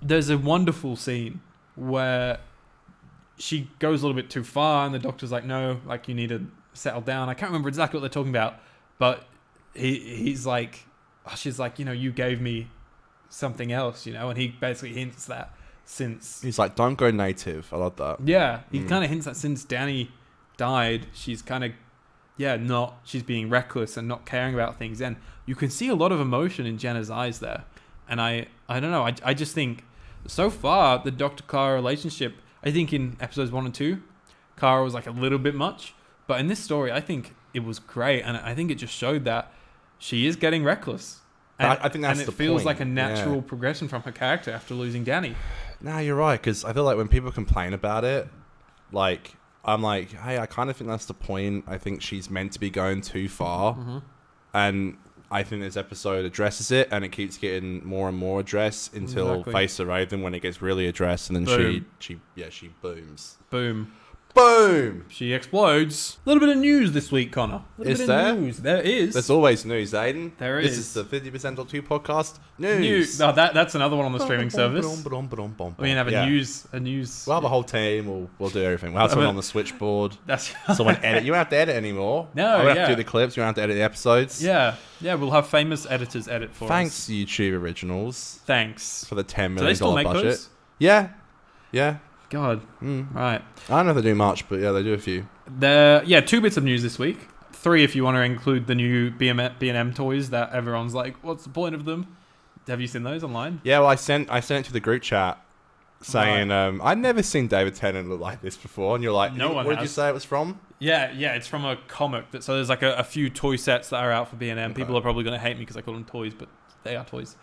Speaker 1: There's a wonderful scene where she goes a little bit too far, and the doctor's like, "No, like you need to settle down." I can't remember exactly what they're talking about, but he he's like, oh, she's like, you know, you gave me something else, you know, and he basically hints that since
Speaker 2: He's like, don't go native. I love that.
Speaker 1: yeah, he
Speaker 2: Mm.
Speaker 1: kind of hints that since Danny died, she's kind of yeah, not she's being reckless and not caring about things. And you can see a lot of emotion in Jenna's eyes there. And I I don't know, I I just think so far the Dr. Clara relationship, I think in episodes 1 and 2, Clara was like a little bit much, but in this story I think it was great and I think it just showed that she is getting reckless. And,
Speaker 2: I- I think that's
Speaker 1: and it
Speaker 2: the
Speaker 1: feels
Speaker 2: point,
Speaker 1: like a
Speaker 2: yeah.
Speaker 1: natural progression from her character after losing Danny.
Speaker 2: No, you're right. Because I feel like when people complain about it, like I'm like, hey, I kind of think that's the point. I think she's meant to be going too far, and I think this episode addresses it, and it keeps getting more and more addressed until
Speaker 1: Exactly.
Speaker 2: Face the Raven when it gets really addressed, and then
Speaker 1: Boom.
Speaker 2: she, she, yeah, she booms.
Speaker 1: Boom.
Speaker 2: Boom.
Speaker 1: She explodes. A little bit of news this week, Connor. A little
Speaker 2: Is
Speaker 1: bit
Speaker 2: there?
Speaker 1: Of news. There is.
Speaker 2: There's always news, Aiden.
Speaker 1: There
Speaker 2: this
Speaker 1: is.
Speaker 2: is the fifty percent or two podcast
Speaker 1: news.
Speaker 2: news.
Speaker 1: Oh, that, that's another one on the streaming service. We can have a
Speaker 2: Yeah.
Speaker 1: news. A news.
Speaker 2: We'll have a whole team. We'll we'll do everything. We'll have
Speaker 1: Have
Speaker 2: someone
Speaker 1: a-
Speaker 2: on the switchboard.
Speaker 1: That's
Speaker 2: Someone edit. You don't have to edit anymore.
Speaker 1: No,
Speaker 2: I don't have
Speaker 1: yeah.
Speaker 2: to do the clips. You don't have to edit the episodes.
Speaker 1: yeah, yeah. We'll have famous editors edit for us.
Speaker 2: Thanks, YouTube originals,
Speaker 1: Thanks.
Speaker 2: for the ten
Speaker 1: Do they
Speaker 2: million
Speaker 1: still
Speaker 2: dollar
Speaker 1: make
Speaker 2: budget.
Speaker 1: those?
Speaker 2: Yeah, yeah.
Speaker 1: God.
Speaker 2: Mm.
Speaker 1: Right.
Speaker 2: I don't know if they do much, but yeah, they do a few.
Speaker 1: There. Yeah. Two bits of news this week. Three, if you want to include the new BM B&M toys that everyone's like, what's the point of them? Have you seen those online?
Speaker 2: Yeah, well, I sent I sent it to the group chat saying um, I'd never seen David Tennant look like this before, and you're like,
Speaker 1: No
Speaker 2: "You-
Speaker 1: one
Speaker 2: What did you
Speaker 1: has.
Speaker 2: say it was from?
Speaker 1: Yeah, yeah, it's from a comic. That, so there's like a, a few toy sets that are out for B and M.
Speaker 2: Okay.
Speaker 1: People are probably going to hate me because I call them toys, but they are toys.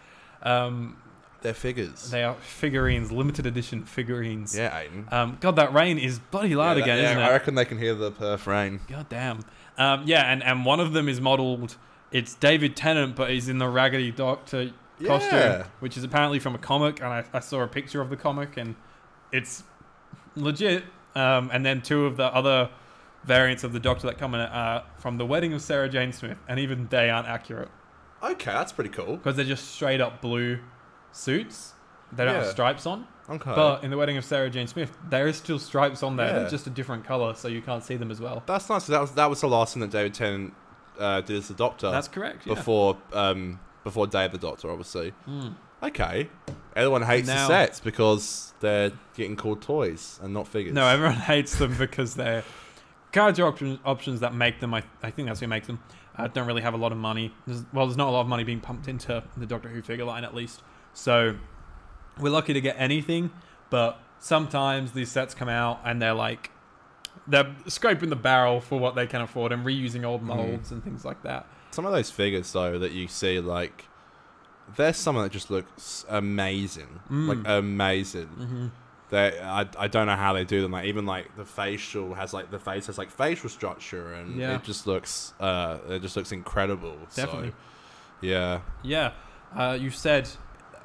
Speaker 1: Um,
Speaker 2: Their figures.
Speaker 1: they are figurines, limited edition figurines.
Speaker 2: yeah, Aiden.
Speaker 1: Um, God, that rain is bloody loud
Speaker 2: Yeah, that-
Speaker 1: again,
Speaker 2: yeah,
Speaker 1: isn't
Speaker 2: I
Speaker 1: it?
Speaker 2: reckon they can hear the perf rain.
Speaker 1: God damn. Um, yeah, and, and one of them is modelled. It's David Tennant, but he's in the Raggedy Doctor
Speaker 2: Yeah.
Speaker 1: costume, which is apparently from a comic. And I, I saw a picture of the comic, and it's legit. Um, and then two of the other variants of the Doctor that come in are from the wedding of Sarah Jane Smith, and even they aren't accurate
Speaker 2: Okay, that's pretty cool.
Speaker 1: because they're just straight up blue suits. They don't
Speaker 2: Yeah.
Speaker 1: have stripes on.
Speaker 2: Okay,
Speaker 1: But in the wedding of Sarah Jane Smith, there is still stripes on there,
Speaker 2: Yeah.
Speaker 1: just a different color, so you can't see them as well.
Speaker 2: that's nice. That was that was the last thing that David Tennant uh, did as the Doctor.
Speaker 1: That's correct. Yeah.
Speaker 2: before um before Day of the Doctor, obviously.
Speaker 1: Mm.
Speaker 2: Okay. Everyone hates the
Speaker 1: Now-
Speaker 2: sets because they're getting called toys and not figures.
Speaker 1: No, everyone hates them because they're cards are options, options that make them. I, I think that's who makes them. Uh, don't really have a lot of money. There's, well, there's not a lot of money being pumped into the Doctor Who figure line at least. So we're lucky to get anything, but sometimes these sets come out and they're like they're scraping the barrel for what they can afford and reusing old molds and things like that.
Speaker 2: some of those figures though that you see like there's some that just looks amazing,
Speaker 1: Mm.
Speaker 2: like amazing.
Speaker 1: Mm-hmm.
Speaker 2: They, I, I don't know how they do them. Like even like the facial has like the face has like facial structure and
Speaker 1: Yeah.
Speaker 2: it just looks uh it just looks incredible.
Speaker 1: Definitely.
Speaker 2: So, yeah.
Speaker 1: Yeah, uh, you said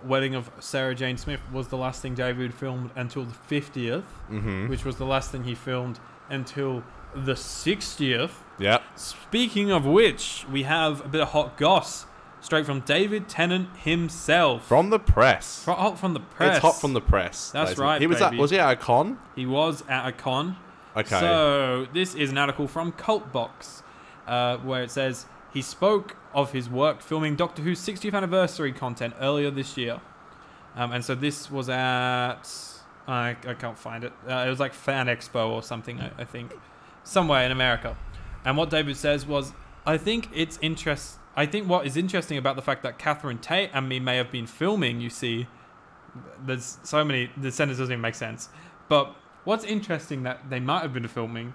Speaker 1: wedding of Sarah Jane Smith was the last thing David filmed until the fiftieth,
Speaker 2: Mhm.
Speaker 1: which was the last thing he filmed until the sixtieth.
Speaker 2: Yeah.
Speaker 1: Speaking of which, we have a bit of hot goss straight from David Tennant himself.
Speaker 2: From the press.
Speaker 1: Fro- hot from the press.
Speaker 2: It's hot from the press.
Speaker 1: That's
Speaker 2: basically.
Speaker 1: right,
Speaker 2: He was at
Speaker 1: baby.
Speaker 2: was he at a con?
Speaker 1: He was at a con.
Speaker 2: Okay.
Speaker 1: So this is an article from Cultbox, uh, where it says he spoke of his work filming Doctor Who's 60th anniversary content earlier this year, um, and so this was at I, I can't find it. Uh, it was like Fan Expo or something, I, I think, somewhere in America. And what David says was, I think it's interest. I think what is interesting about the fact that Catherine Tate and me may have been filming, you see, there's so many the sentence doesn't even make sense but what's interesting that they might have been filming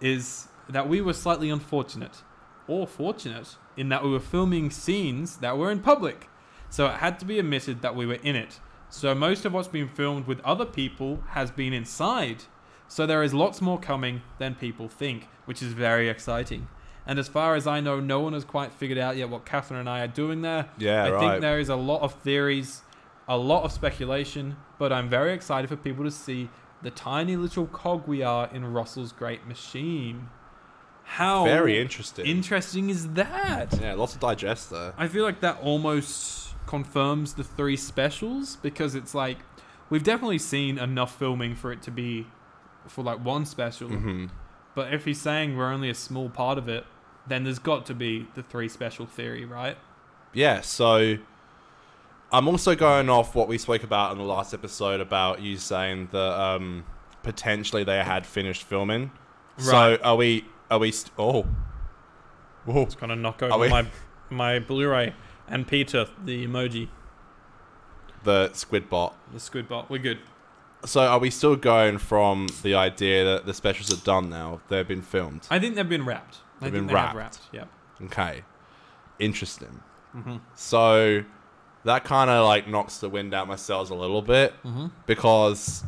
Speaker 1: is that we were slightly unfortunate or fortunate in that we were filming scenes that were in public so it had to be admitted that we were in it so most of what's been filmed with other people has been inside so there is lots more coming than people think which is very exciting and as far as I know, no one has quite figured out yet what Catherine and I are doing there.
Speaker 2: Yeah,
Speaker 1: I
Speaker 2: right.
Speaker 1: think there is a lot of theories, a lot of speculation, but I'm very excited for people to see the tiny little cog we are in Russell's great machine. How
Speaker 2: Very interesting.
Speaker 1: Interesting is that?
Speaker 2: yeah, lots to digest there.
Speaker 1: I feel like that almost confirms the three specials because it's like we've definitely seen enough filming for it to be for like one special.
Speaker 2: Mm-hmm.
Speaker 1: But if he's saying we're only a small part of it, then there's got to be the three special theory, right?
Speaker 2: yeah, so I'm also going off what we spoke about in the last episode about you saying that um, potentially they had finished filming. So
Speaker 1: Right.
Speaker 2: are we? Are we? St- oh, Whoa.
Speaker 1: It's gonna knock
Speaker 2: Are
Speaker 1: over
Speaker 2: we-
Speaker 1: my my Blu-ray and Peter the emoji,
Speaker 2: the squid bot.
Speaker 1: the squid bot. We're good.
Speaker 2: So are we still going from the idea that the specials are done now? They've been filmed.
Speaker 1: I think they've been wrapped. I
Speaker 2: They've
Speaker 1: think
Speaker 2: been
Speaker 1: they have
Speaker 2: wrapped.
Speaker 1: wrapped. Yeah.
Speaker 2: Okay, interesting.
Speaker 1: Mm-hmm.
Speaker 2: So that kind of like knocks the wind out my sails a little bit
Speaker 1: Mm-hmm.
Speaker 2: because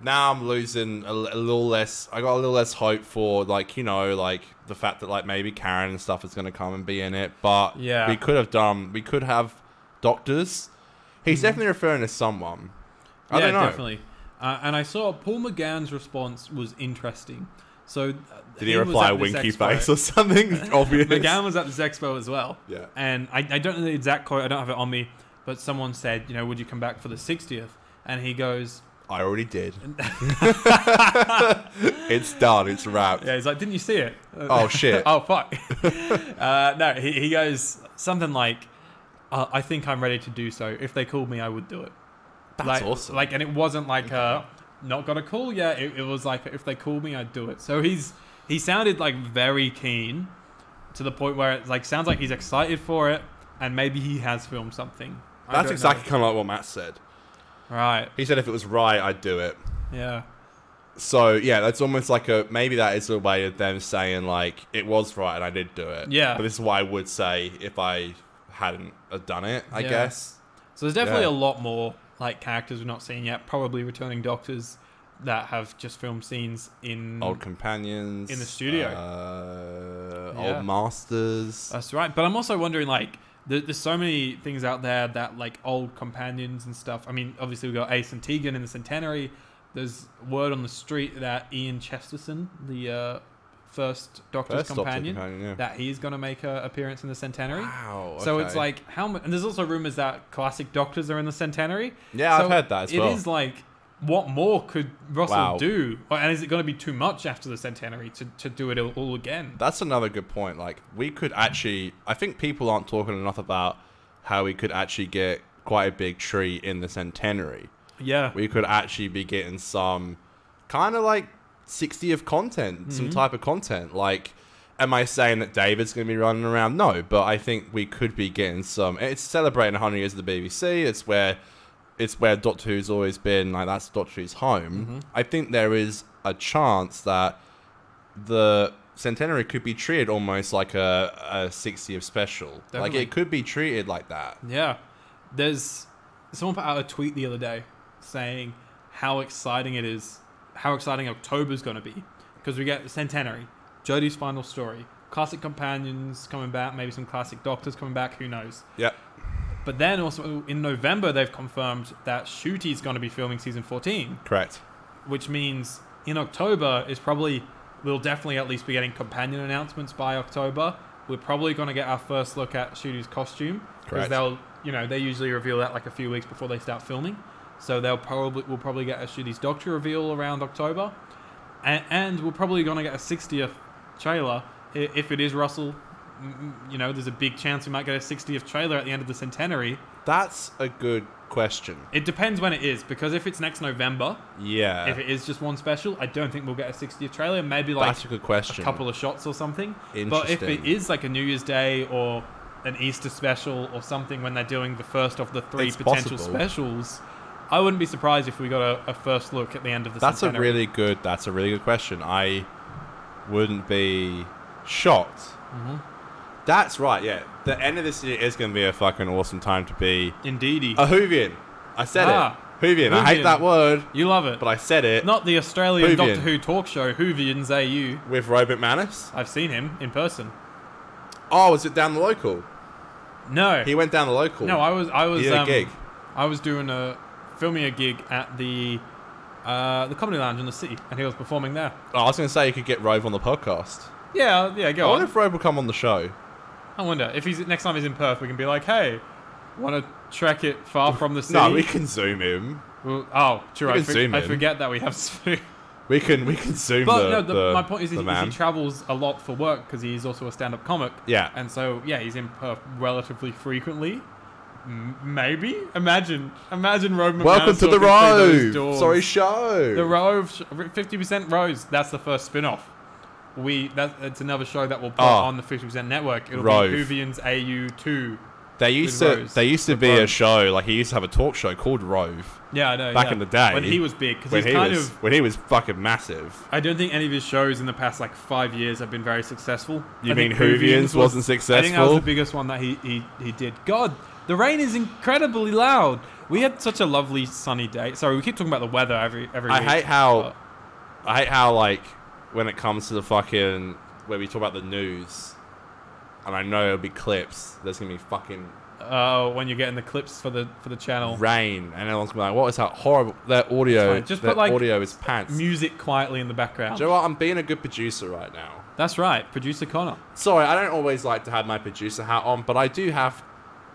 Speaker 2: now I'm losing a, l- a little less. I got a little less hope for like you know like the fact that like maybe Karen and stuff is going to come and be in it. But
Speaker 1: Yeah.
Speaker 2: we could have done. We could have doctors. He's definitely referring to someone.
Speaker 1: Mm-hmm.
Speaker 2: I
Speaker 1: yeah,
Speaker 2: don't know.
Speaker 1: definitely. Uh, and I saw Paul McGann's response was interesting. So uh,
Speaker 2: Did he,
Speaker 1: was
Speaker 2: reply
Speaker 1: at this
Speaker 2: winky
Speaker 1: expo.
Speaker 2: face or something? It's Obvious.
Speaker 1: McGann was at this expo as well.
Speaker 2: Yeah.
Speaker 1: And I, I don't know the exact quote. I don't have it on me. But someone said, you know, would you come back for the 60th? And he goes,
Speaker 2: I already did. it's done. It's wrapped.
Speaker 1: yeah, he's like, didn't you see it?
Speaker 2: Oh shit.
Speaker 1: oh fuck. uh, no, he, he goes something like, uh, I think I'm ready to do so. If they called me, I would do it.
Speaker 2: That's
Speaker 1: like,
Speaker 2: awesome.
Speaker 1: Like, and it wasn't like uh, not got a call yet. It, it was like if they called me, I'd do it. So he's he sounded like very keen, to the point where it like sounds like he's excited for it, and maybe he has filmed something. I don't
Speaker 2: That's
Speaker 1: know.
Speaker 2: exactly kind of like what Matt said.
Speaker 1: right.
Speaker 2: He said if it was right, I'd do it.
Speaker 1: Yeah.
Speaker 2: So yeah, that's almost like a maybe that is a way of them saying like it was right and I did do it.
Speaker 1: Yeah.
Speaker 2: But this is what I would say if I hadn't have done it. I
Speaker 1: Yeah.
Speaker 2: guess.
Speaker 1: So there's definitely
Speaker 2: Yeah.
Speaker 1: a lot more like characters we've not seen yet. Probably returning doctors that have just filmed scenes in
Speaker 2: Old companions
Speaker 1: Mm. In the studio.
Speaker 2: Uh,
Speaker 1: Yeah. Uh,
Speaker 2: Old masters.
Speaker 1: That's right. But I'm also wondering, like, there, there's so many things out there that, like, old companions and stuff. I mean, obviously, we got Ace and Tegan in the Centenary. There's word on the street that Ian Chesterton, the uh, first Doctor's
Speaker 2: First Doctor
Speaker 1: companion,
Speaker 2: companion, yeah.
Speaker 1: that he's going to make an appearance in the Centenary.
Speaker 2: Wow,
Speaker 1: So
Speaker 2: okay.
Speaker 1: it's like, how much. And there's also rumors that classic Doctors are in the Centenary.
Speaker 2: Yeah, I've
Speaker 1: So
Speaker 2: heard that as well.
Speaker 1: It is like. What more could Russell
Speaker 2: Wow.
Speaker 1: do? Or- And is it going to be too much after the centenary to, to do it all, all again?
Speaker 2: That's another good point. Like we could actually, I think people aren't talking enough about how we could actually get quite a big tree in the centenary.
Speaker 1: yeah.
Speaker 2: We could actually be getting some kind of like 60 of content,
Speaker 1: Mm-hmm.
Speaker 2: some type of content. Like, am I saying that David's going to be running around? No, but I think we could be getting some. It's celebrating 100 years of the BBC. It's where it's where Doctor Who's always been. Like that's Doctor Who's home.
Speaker 1: Mm-hmm.
Speaker 2: I think there is a chance that the centenary could be treated almost like a, a 60th special. Like
Speaker 1: Definitely.
Speaker 2: it could be treated like that.
Speaker 1: Yeah. There's someone put out a tweet the other day saying how exciting it is, how exciting October's going to be because we get the centenary, Jodie's final story, classic companions coming back, maybe some classic doctors coming back, who knows.
Speaker 2: Yep.
Speaker 1: But then also in November they've confirmed that Shooty's going to be filming season 14,
Speaker 2: Correct.
Speaker 1: which means in October is probably we'll definitely at least be getting companion announcements by October. We're probably going to get our first look at Shooty's costume because
Speaker 2: Correct.
Speaker 1: they'll, you know, they usually reveal that like a few weeks before they start filming. So they'll probably we'll probably get a Shooty's Doctor reveal around October, and, and we're probably going to get a 60th trailer I- if it is Russell. m- m- You know, there's a big chance we might get a 60th trailer at the end of the centenary.
Speaker 2: That's a good question.
Speaker 1: It depends when it is because if it's next November,
Speaker 2: Yeah.
Speaker 1: if it is just one special, I don't think we'll get a 60th trailer. Maybe like
Speaker 2: That's a good question.
Speaker 1: a couple of shots or something. But if it
Speaker 2: Interesting.
Speaker 1: is like a New Year's Day or an Easter special or something when they're doing the first of the three
Speaker 2: It's
Speaker 1: potential
Speaker 2: possible.
Speaker 1: specials, I wouldn't be surprised if we got a, a first look at the end of the.
Speaker 2: that's a
Speaker 1: centenary.
Speaker 2: really good. That's a really good question. I wouldn't be shocked.
Speaker 1: Mm-hmm.
Speaker 2: That's right. Yeah, the end of this year is going to be a fucking awesome time to be
Speaker 1: indeedy.
Speaker 2: a Hoovian. I said
Speaker 1: Ah.
Speaker 2: it. Hoovian. I
Speaker 1: Whovian.
Speaker 2: hate that word,
Speaker 1: you love it,
Speaker 2: but I said it
Speaker 1: not the Australian
Speaker 2: Whovian.
Speaker 1: Doctor Who talk show Whovians AU.
Speaker 2: with Robert Manus.
Speaker 1: I've seen him in person.
Speaker 2: Oh, was it down the local?
Speaker 1: No,
Speaker 2: He went down the local.
Speaker 1: no, I was um, I was
Speaker 2: He did a
Speaker 1: um,
Speaker 2: gig.
Speaker 1: I was doing a filming a gig at the uh, uh, the Comedy Lounge in the city, and he was performing there.
Speaker 2: Oh, I was going to say you could get Rove on the podcast.
Speaker 1: Yeah, yeah,
Speaker 2: I
Speaker 1: go
Speaker 2: wonder
Speaker 1: on.
Speaker 2: if Rove will come on the show.
Speaker 1: I wonder if he's next time he's in Perth, we can be like, hey, want to trek it far from the city?
Speaker 2: No, we can zoom him.
Speaker 1: Well, oh, true.
Speaker 2: we
Speaker 1: I,
Speaker 2: can
Speaker 1: for-
Speaker 2: zoom
Speaker 1: I
Speaker 2: in.
Speaker 1: forget that we have. Spoon.
Speaker 2: We can we can zoom
Speaker 1: But
Speaker 2: the,
Speaker 1: no, the,
Speaker 2: the-
Speaker 1: my point is,
Speaker 2: the
Speaker 1: he, is
Speaker 2: man.
Speaker 1: he travels a lot for work because he's also a stand-up comic.
Speaker 2: Yeah.
Speaker 1: and so yeah, he's in Perth relatively frequently. M- maybe imagine, imagine Rove. McManus
Speaker 2: Welcome to the
Speaker 1: walking through those
Speaker 2: Rove.
Speaker 1: doors.
Speaker 2: Sorry, show.
Speaker 1: the Rove. Fifty percent Rose. That's the first spin-off. We that it's another show that will put
Speaker 2: Ah.
Speaker 1: on the fifty percent network. It'll
Speaker 2: Rove.
Speaker 1: be Hoovians AU two.
Speaker 2: They used
Speaker 1: with
Speaker 2: to
Speaker 1: Rose.
Speaker 2: they used to
Speaker 1: With
Speaker 2: be a
Speaker 1: Rove.
Speaker 2: show like he used to have a talk show called Rove
Speaker 1: Yeah, I know.
Speaker 2: Back
Speaker 1: yeah.
Speaker 2: in the day,
Speaker 1: when he was big, because
Speaker 2: when
Speaker 1: he's
Speaker 2: he
Speaker 1: kind
Speaker 2: was
Speaker 1: of
Speaker 2: when he was fucking massive.
Speaker 1: I don't think any of his shows in the past like five years have been very successful.
Speaker 2: You
Speaker 1: I think
Speaker 2: mean Hoovians
Speaker 1: was-
Speaker 2: wasn't
Speaker 1: I think that was
Speaker 2: successful?
Speaker 1: the biggest one that he, he, he did. God, the rain is incredibly loud. We had such a lovely sunny day. Sorry, we keep talking about the weather every every
Speaker 2: I
Speaker 1: week.
Speaker 2: hate how I hate how like when it comes to the fucking where we talk about the news, and I know it'll be clips. There's gonna be fucking
Speaker 1: uh, when you're getting the clips for the for the channel.
Speaker 2: rain, and everyone's gonna be like, "What is that horrible? That audio,
Speaker 1: fine. Just
Speaker 2: their
Speaker 1: put, like,
Speaker 2: audio is pants."
Speaker 1: Music quietly in the background.
Speaker 2: Do you know what? I'm being a good producer right now.
Speaker 1: That's right, producer Connor.
Speaker 2: Sorry, I don't always like to have my producer hat on, but I do have.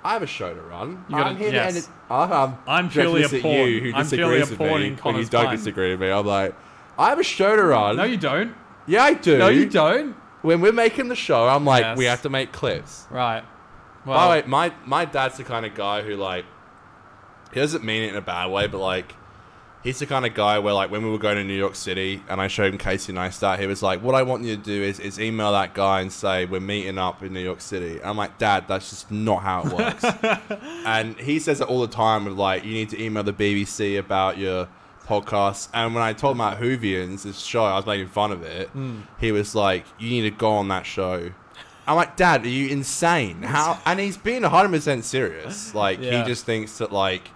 Speaker 2: I have a show to run.
Speaker 1: You gotta-
Speaker 2: I'm here
Speaker 1: yes.
Speaker 2: to end it. I- I'm,
Speaker 1: I'm purely
Speaker 2: judging this
Speaker 1: a
Speaker 2: at You
Speaker 1: pawn.
Speaker 2: who
Speaker 1: I'm purely a
Speaker 2: disagrees with
Speaker 1: pawn
Speaker 2: me,
Speaker 1: in
Speaker 2: when you
Speaker 1: Connor's
Speaker 2: don't
Speaker 1: plan.
Speaker 2: disagree with me. I'm like, I have a show to run.
Speaker 1: No, you don't.
Speaker 2: yeah, I do.
Speaker 1: No, you don't.
Speaker 2: When we're making the show, I'm like,
Speaker 1: Yes.
Speaker 2: we have to make clips.
Speaker 1: Right. Well,
Speaker 2: By the way, my my dad's the kind of guy who like, he doesn't mean it in a bad way, but like, he's the kind of guy where like when we were going to New York City and I showed him Casey Neistat, he was like, "What I want you to do is is email that guy and say we're meeting up in New York City." And I'm like, "Dad, that's just not how it works." and he says it all the time with like, "You need to email the BBC about your." podcast and when I told him about Hoovians this show I was making fun of it he was like you need to go on that show I'm like dad are you insane how and he's being 100% serious like
Speaker 1: Yeah.
Speaker 2: he just thinks that like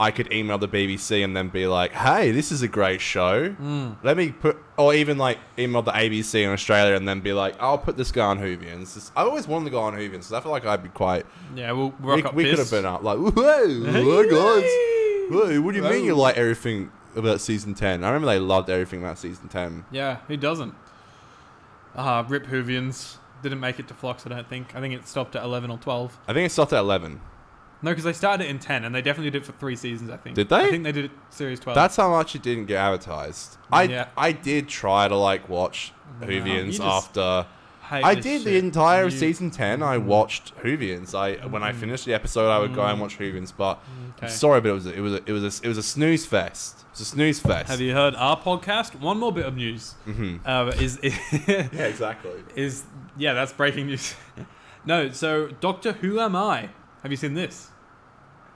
Speaker 2: I could email the BBC and then be like, "Hey, this is a great show.
Speaker 1: Hmm.
Speaker 2: Let me put," or even like email the ABC in Australia and then be like, "I'll put this guy on Hoovians." This- I always wanted to go on Hoovians, so I feel like I'd be quite.
Speaker 1: yeah, we'll rock
Speaker 2: We,
Speaker 1: up
Speaker 2: we could have
Speaker 1: this.
Speaker 2: been up like, "Whoa, oh God, whoa, what do you mean you like everything about season ten? I remember they loved everything about season ten.
Speaker 1: Yeah, who doesn't? Uh, Rip Hoovians didn't make it to Flux, I don't think. I think it stopped at 11 or 12.
Speaker 2: I think it stopped at eleven.
Speaker 1: No, because they started it in 10, and they definitely did it for three seasons, I think.
Speaker 2: Did they?
Speaker 1: I think they did it series 12.
Speaker 2: That's how much it didn't get advertised. I
Speaker 1: Oh. Yeah.
Speaker 2: I did try to like watch
Speaker 1: No, you
Speaker 2: Hoovians
Speaker 1: just-
Speaker 2: after.
Speaker 1: Hate
Speaker 2: I
Speaker 1: this
Speaker 2: did the
Speaker 1: shit.
Speaker 2: entire
Speaker 1: You- Mm.
Speaker 2: season ten. I watched Hoovians. I when I finished the episode, I would go and watch Hoovians. But
Speaker 1: Okay.
Speaker 2: sorry, but it was a, it was a, it was a, it was a snooze fest. It was a snooze fest.
Speaker 1: Have you heard our podcast? One more bit of news. Mm-hmm. Uh, is,
Speaker 2: Yeah, exactly.
Speaker 1: is, yeah, that's breaking news. no, so Doctor Who Am I? Have you seen this?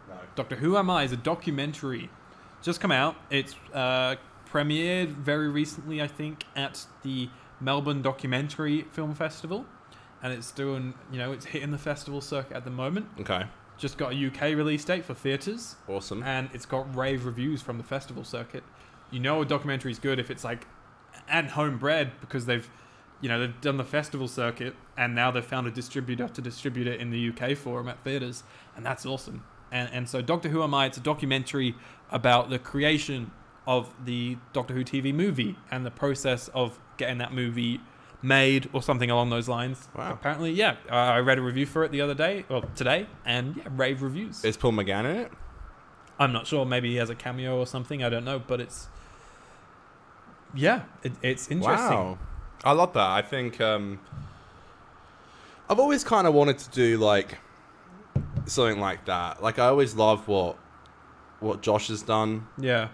Speaker 2: No.
Speaker 1: Doctor Who Am I is a documentary. Just come out. It's uh, premiered very recently, I think, at the Melbourne Documentary Film Festival. And it's doing, you know, it's hitting the festival circuit at the moment.
Speaker 2: Okay,
Speaker 1: Just got a UK release date for theatres.
Speaker 2: awesome.
Speaker 1: And it's got rave reviews from the festival circuit. You know a documentary's good if it's like and homebred because they've you know they've done the festival circuit and now they've found a distributor to distribute it in the UK for 'em at theaters and that's awesome. And and so Doctor Who Am I? It's a documentary about the creation of the Doctor Who TV movie and the process of getting that movie made or something along those lines.
Speaker 2: Wow.
Speaker 1: Apparently, yeah. Uh, I read a review for it the other day, well today, and yeah, rave reviews.
Speaker 2: Is Paul McGann in it?
Speaker 1: I'm not sure. Maybe he has a cameo or something. I don't know, but it's yeah, it, it's interesting.
Speaker 2: Wow, I love that. I think um, I've always kind of wanted to do like something like that. Like I always love what what Josh has done.
Speaker 1: Yeah,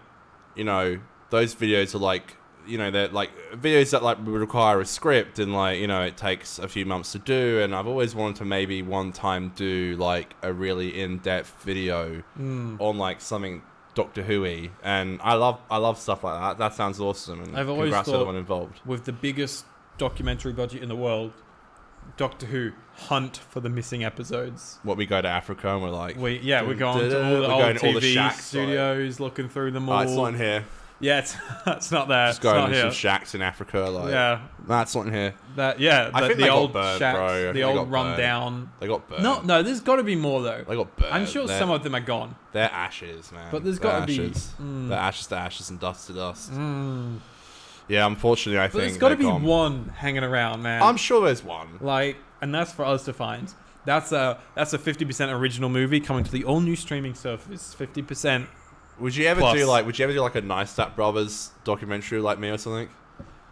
Speaker 2: you know, those videos are like, you know, they're like videos that like would require a script and like, you know, it takes a few months to do. And I've always wanted to maybe one time do like a really in depth video
Speaker 1: Hmm.
Speaker 2: on like something Doctor Who And I love, I love stuff like that. That sounds awesome. And
Speaker 1: I've always
Speaker 2: congrats to
Speaker 1: thought-
Speaker 2: everyone involved.
Speaker 1: with the biggest documentary budget in the world, Doctor Who hunt for the missing episodes.
Speaker 2: What we go to Africa and we're like,
Speaker 1: We yeah, we're going
Speaker 2: Dun,
Speaker 1: to
Speaker 2: dun,
Speaker 1: all the
Speaker 2: we're
Speaker 1: old
Speaker 2: going to all the
Speaker 1: TV
Speaker 2: shacks,
Speaker 1: studios, looking through them all.
Speaker 2: "Ah, it's not in here.
Speaker 1: Yeah, it's, it's not there.
Speaker 2: Just
Speaker 1: it's
Speaker 2: going
Speaker 1: not
Speaker 2: to
Speaker 1: here.
Speaker 2: some shacks in Africa, like
Speaker 1: yeah,
Speaker 2: that's not in here.
Speaker 1: that yeah. The,
Speaker 2: I think
Speaker 1: the
Speaker 2: they got
Speaker 1: old
Speaker 2: burned,
Speaker 1: shacks,
Speaker 2: bro. I think
Speaker 1: the
Speaker 2: they
Speaker 1: old
Speaker 2: got
Speaker 1: rundown.
Speaker 2: They got burned. uh,
Speaker 1: No, no, there's got to be more though.
Speaker 2: they got burned.
Speaker 1: I'm sure
Speaker 2: They're-
Speaker 1: some of them are gone.
Speaker 2: They're ashes, man.
Speaker 1: But there's
Speaker 2: They're
Speaker 1: gotta be- Mm.
Speaker 2: ashes. They're ashes to ashes and dust to dust. Yeah, unfortunately, I
Speaker 1: But
Speaker 2: think
Speaker 1: there's got to
Speaker 2: they're
Speaker 1: be
Speaker 2: gone.
Speaker 1: one hanging around, man.
Speaker 2: I'm sure there's one.
Speaker 1: like, and that's for us to find. That's a that's a 50% original movie coming to the all new streaming service. 50%.
Speaker 2: Would you ever
Speaker 1: Plus.
Speaker 2: do like? Would you ever do like a Nice Step Brothers documentary like me or something?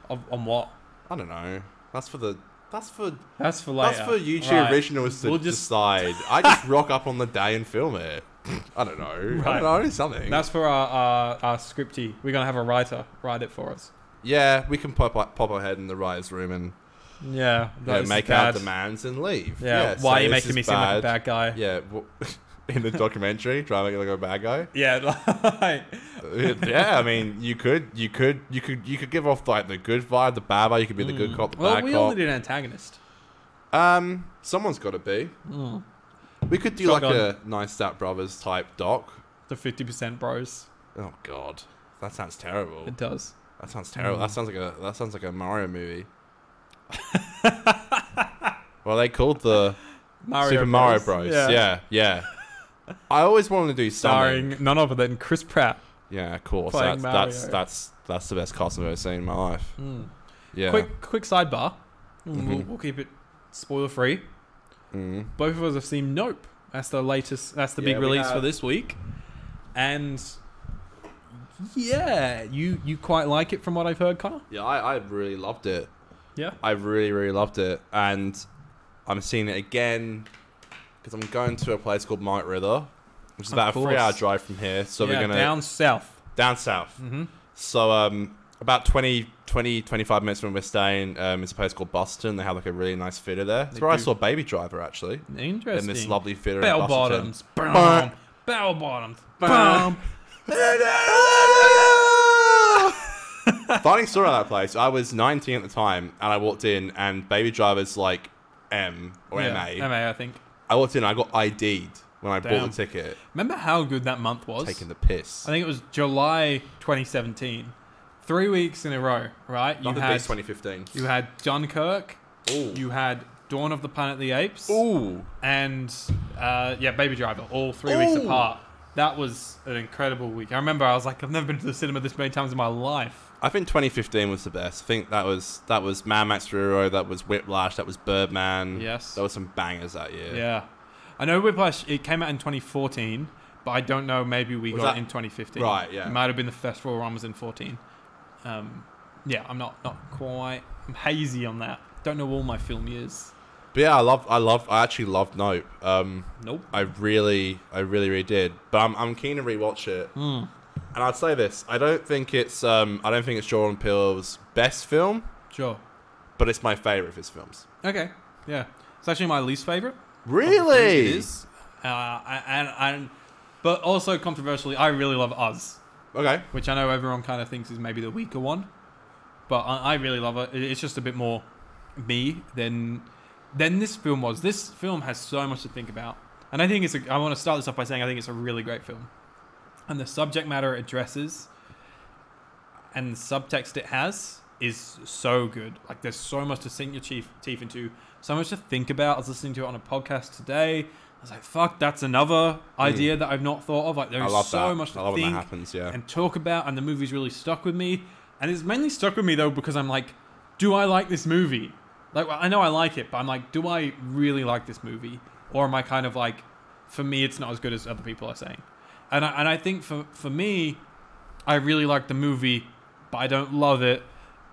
Speaker 1: On, on what?
Speaker 2: I don't know. That's for the. That's for.
Speaker 1: That's for later.
Speaker 2: That's for YouTube
Speaker 1: Right.
Speaker 2: originals to
Speaker 1: We'll just-
Speaker 2: decide. I just rock up on the day and film it. I don't know. I
Speaker 1: Right.
Speaker 2: don't know something.
Speaker 1: That's for our, our our scripty. We're gonna have a writer write it for us.
Speaker 2: yeah, we can pop up, pop our head in the writer's room and
Speaker 1: Yeah,
Speaker 2: you
Speaker 1: that
Speaker 2: know,
Speaker 1: is
Speaker 2: make
Speaker 1: bad.
Speaker 2: out demands and leave.
Speaker 1: Yeah,
Speaker 2: say
Speaker 1: why are you
Speaker 2: this
Speaker 1: making
Speaker 2: is
Speaker 1: me seem like a bad
Speaker 2: bad.
Speaker 1: guy?
Speaker 2: Yeah, w in the documentary, try and make it look like a bad guy.
Speaker 1: Yeah, like,
Speaker 2: Uh, yeah, I mean, you could, you could, you could, you could give off like the good vibe, the bad vibe. You could be the good cop, the
Speaker 1: well,
Speaker 2: bad
Speaker 1: we
Speaker 2: cop.
Speaker 1: only did an antagonist.
Speaker 2: Um, someone's got to be.
Speaker 1: Mm.
Speaker 2: We could do like
Speaker 1: Shotgun.
Speaker 2: a Nice Stat Brothers type doc.
Speaker 1: The fifty percent bros.
Speaker 2: Oh God, that sounds terrible.
Speaker 1: It Mm. does.
Speaker 2: That sounds terrible. That sounds like a that sounds like a Mario movie. well, they called the
Speaker 1: Mario
Speaker 2: Super Mario Bros. Yeah, yeah. I always wanted to do something.
Speaker 1: starring none other than Chris Pratt.
Speaker 2: Yeah, of course.
Speaker 1: Playing
Speaker 2: That's, that's
Speaker 1: Mario.
Speaker 2: that's that's the best costume I've ever seen in my life. Yeah. Mm-hmm.
Speaker 1: Quick, quick sidebar. We'll, we'll keep it spoiler free.
Speaker 2: Mm.
Speaker 1: Both of us have seen Nope. That's the latest. That's the
Speaker 2: Yeah,
Speaker 1: big
Speaker 2: we
Speaker 1: release for
Speaker 2: have.
Speaker 1: this week. And yeah, you you quite like it from what I've heard, Connor.
Speaker 2: Yeah, I, I really loved it.
Speaker 1: Yeah.
Speaker 2: I really, really loved it, and I'm seeing it again because I'm going to a place called Mount Rither, which is
Speaker 1: Of
Speaker 2: about a
Speaker 1: course.
Speaker 2: three-hour drive from here. So
Speaker 1: yeah,
Speaker 2: we're gonna
Speaker 1: down Mm-hmm. south.
Speaker 2: down south. So um, about 20, 20, 25 minutes from we're staying, um, it's a place called Boston. They have like a really nice theater there. That's
Speaker 1: They
Speaker 2: where I
Speaker 1: do.
Speaker 2: saw Baby Driver actually, in
Speaker 1: Interesting.
Speaker 2: this lovely theater. in
Speaker 1: bell
Speaker 2: Boston.
Speaker 1: bottoms. Boom.
Speaker 2: Bah.
Speaker 1: Bell bottoms.
Speaker 2: Bah.
Speaker 1: Boom.
Speaker 2: Funny story about that place. I was 19 at the time, and I walked in, and Baby Driver's like M or
Speaker 1: Yeah,
Speaker 2: MA.
Speaker 1: MA, I think.
Speaker 2: I walked in, I got ID'd when I
Speaker 1: Damn.
Speaker 2: bought the ticket,
Speaker 1: Remember how good that month was?
Speaker 2: taking the piss.
Speaker 1: I think it was July 2017. Three weeks in a row, right? You
Speaker 2: Nothing
Speaker 1: had
Speaker 2: beats 2015.
Speaker 1: you had Dunkirk,
Speaker 2: Ooh.
Speaker 1: you had Dawn of the Planet of the Apes,
Speaker 2: Ooh.
Speaker 1: and uh, yeah, Baby Driver, all three weeks
Speaker 2: Ooh.
Speaker 1: apart. That was an incredible week. I remember I was like, I've never been to the cinema this many times in my life.
Speaker 2: I think 2015 was the best. I think that was that was Mad Max Ruro, that was Whiplash, that was Birdman.
Speaker 1: Yes.
Speaker 2: There were some bangers that year.
Speaker 1: Yeah. I know Whiplash, it came out in 2014, but I don't know, maybe we
Speaker 2: Was
Speaker 1: got
Speaker 2: that-
Speaker 1: it in 2015.
Speaker 2: Right, yeah.
Speaker 1: It might have been the festival run was in 14. Um, yeah, I'm not, not quite, I'm hazy on that. Don't know all my film years.
Speaker 2: But yeah, I love I love I actually loved Nope. Um
Speaker 1: Nope.
Speaker 2: I really I really really did. But I'm I'm keen to rewatch it.
Speaker 1: Hmm.
Speaker 2: And I'd say this, I don't think it's um I don't think it's Jordan Peele's best film,
Speaker 1: Sure.
Speaker 2: but it's my favorite of his films.
Speaker 1: Okay. Yeah. It's actually my least favorite.
Speaker 2: Really?
Speaker 1: It is. Uh, I- and, and, but also controversially, I really love Us,
Speaker 2: Okay.
Speaker 1: which I know everyone kind of thinks is maybe the weaker one, but I, I really love it. It- It's just a bit more me than than this film was. This film has so much to think about, and I think it's. A, I want to start this off by saying I think it's a really great film, and the subject matter it addresses, and the subtext it has is so good. Like there's so much to sink your teeth, teeth into, so much to think about. I was listening to it on a podcast today. I was like, "Fuck, that's another idea that I've not thought of." Like
Speaker 2: Hmm. I
Speaker 1: there's
Speaker 2: love
Speaker 1: so
Speaker 2: that.
Speaker 1: much to
Speaker 2: I love
Speaker 1: think
Speaker 2: when that happens, yeah.
Speaker 1: and talk about, and the movie's really stuck with me. And it's mainly stuck with me though because I'm like, do I like this movie? Like, well, I know I like it, but I'm like, do I really like this movie, or am I kind of like, for me, it's not as good as other people are saying. And I, and I think for for me, I really like the movie, but I don't love it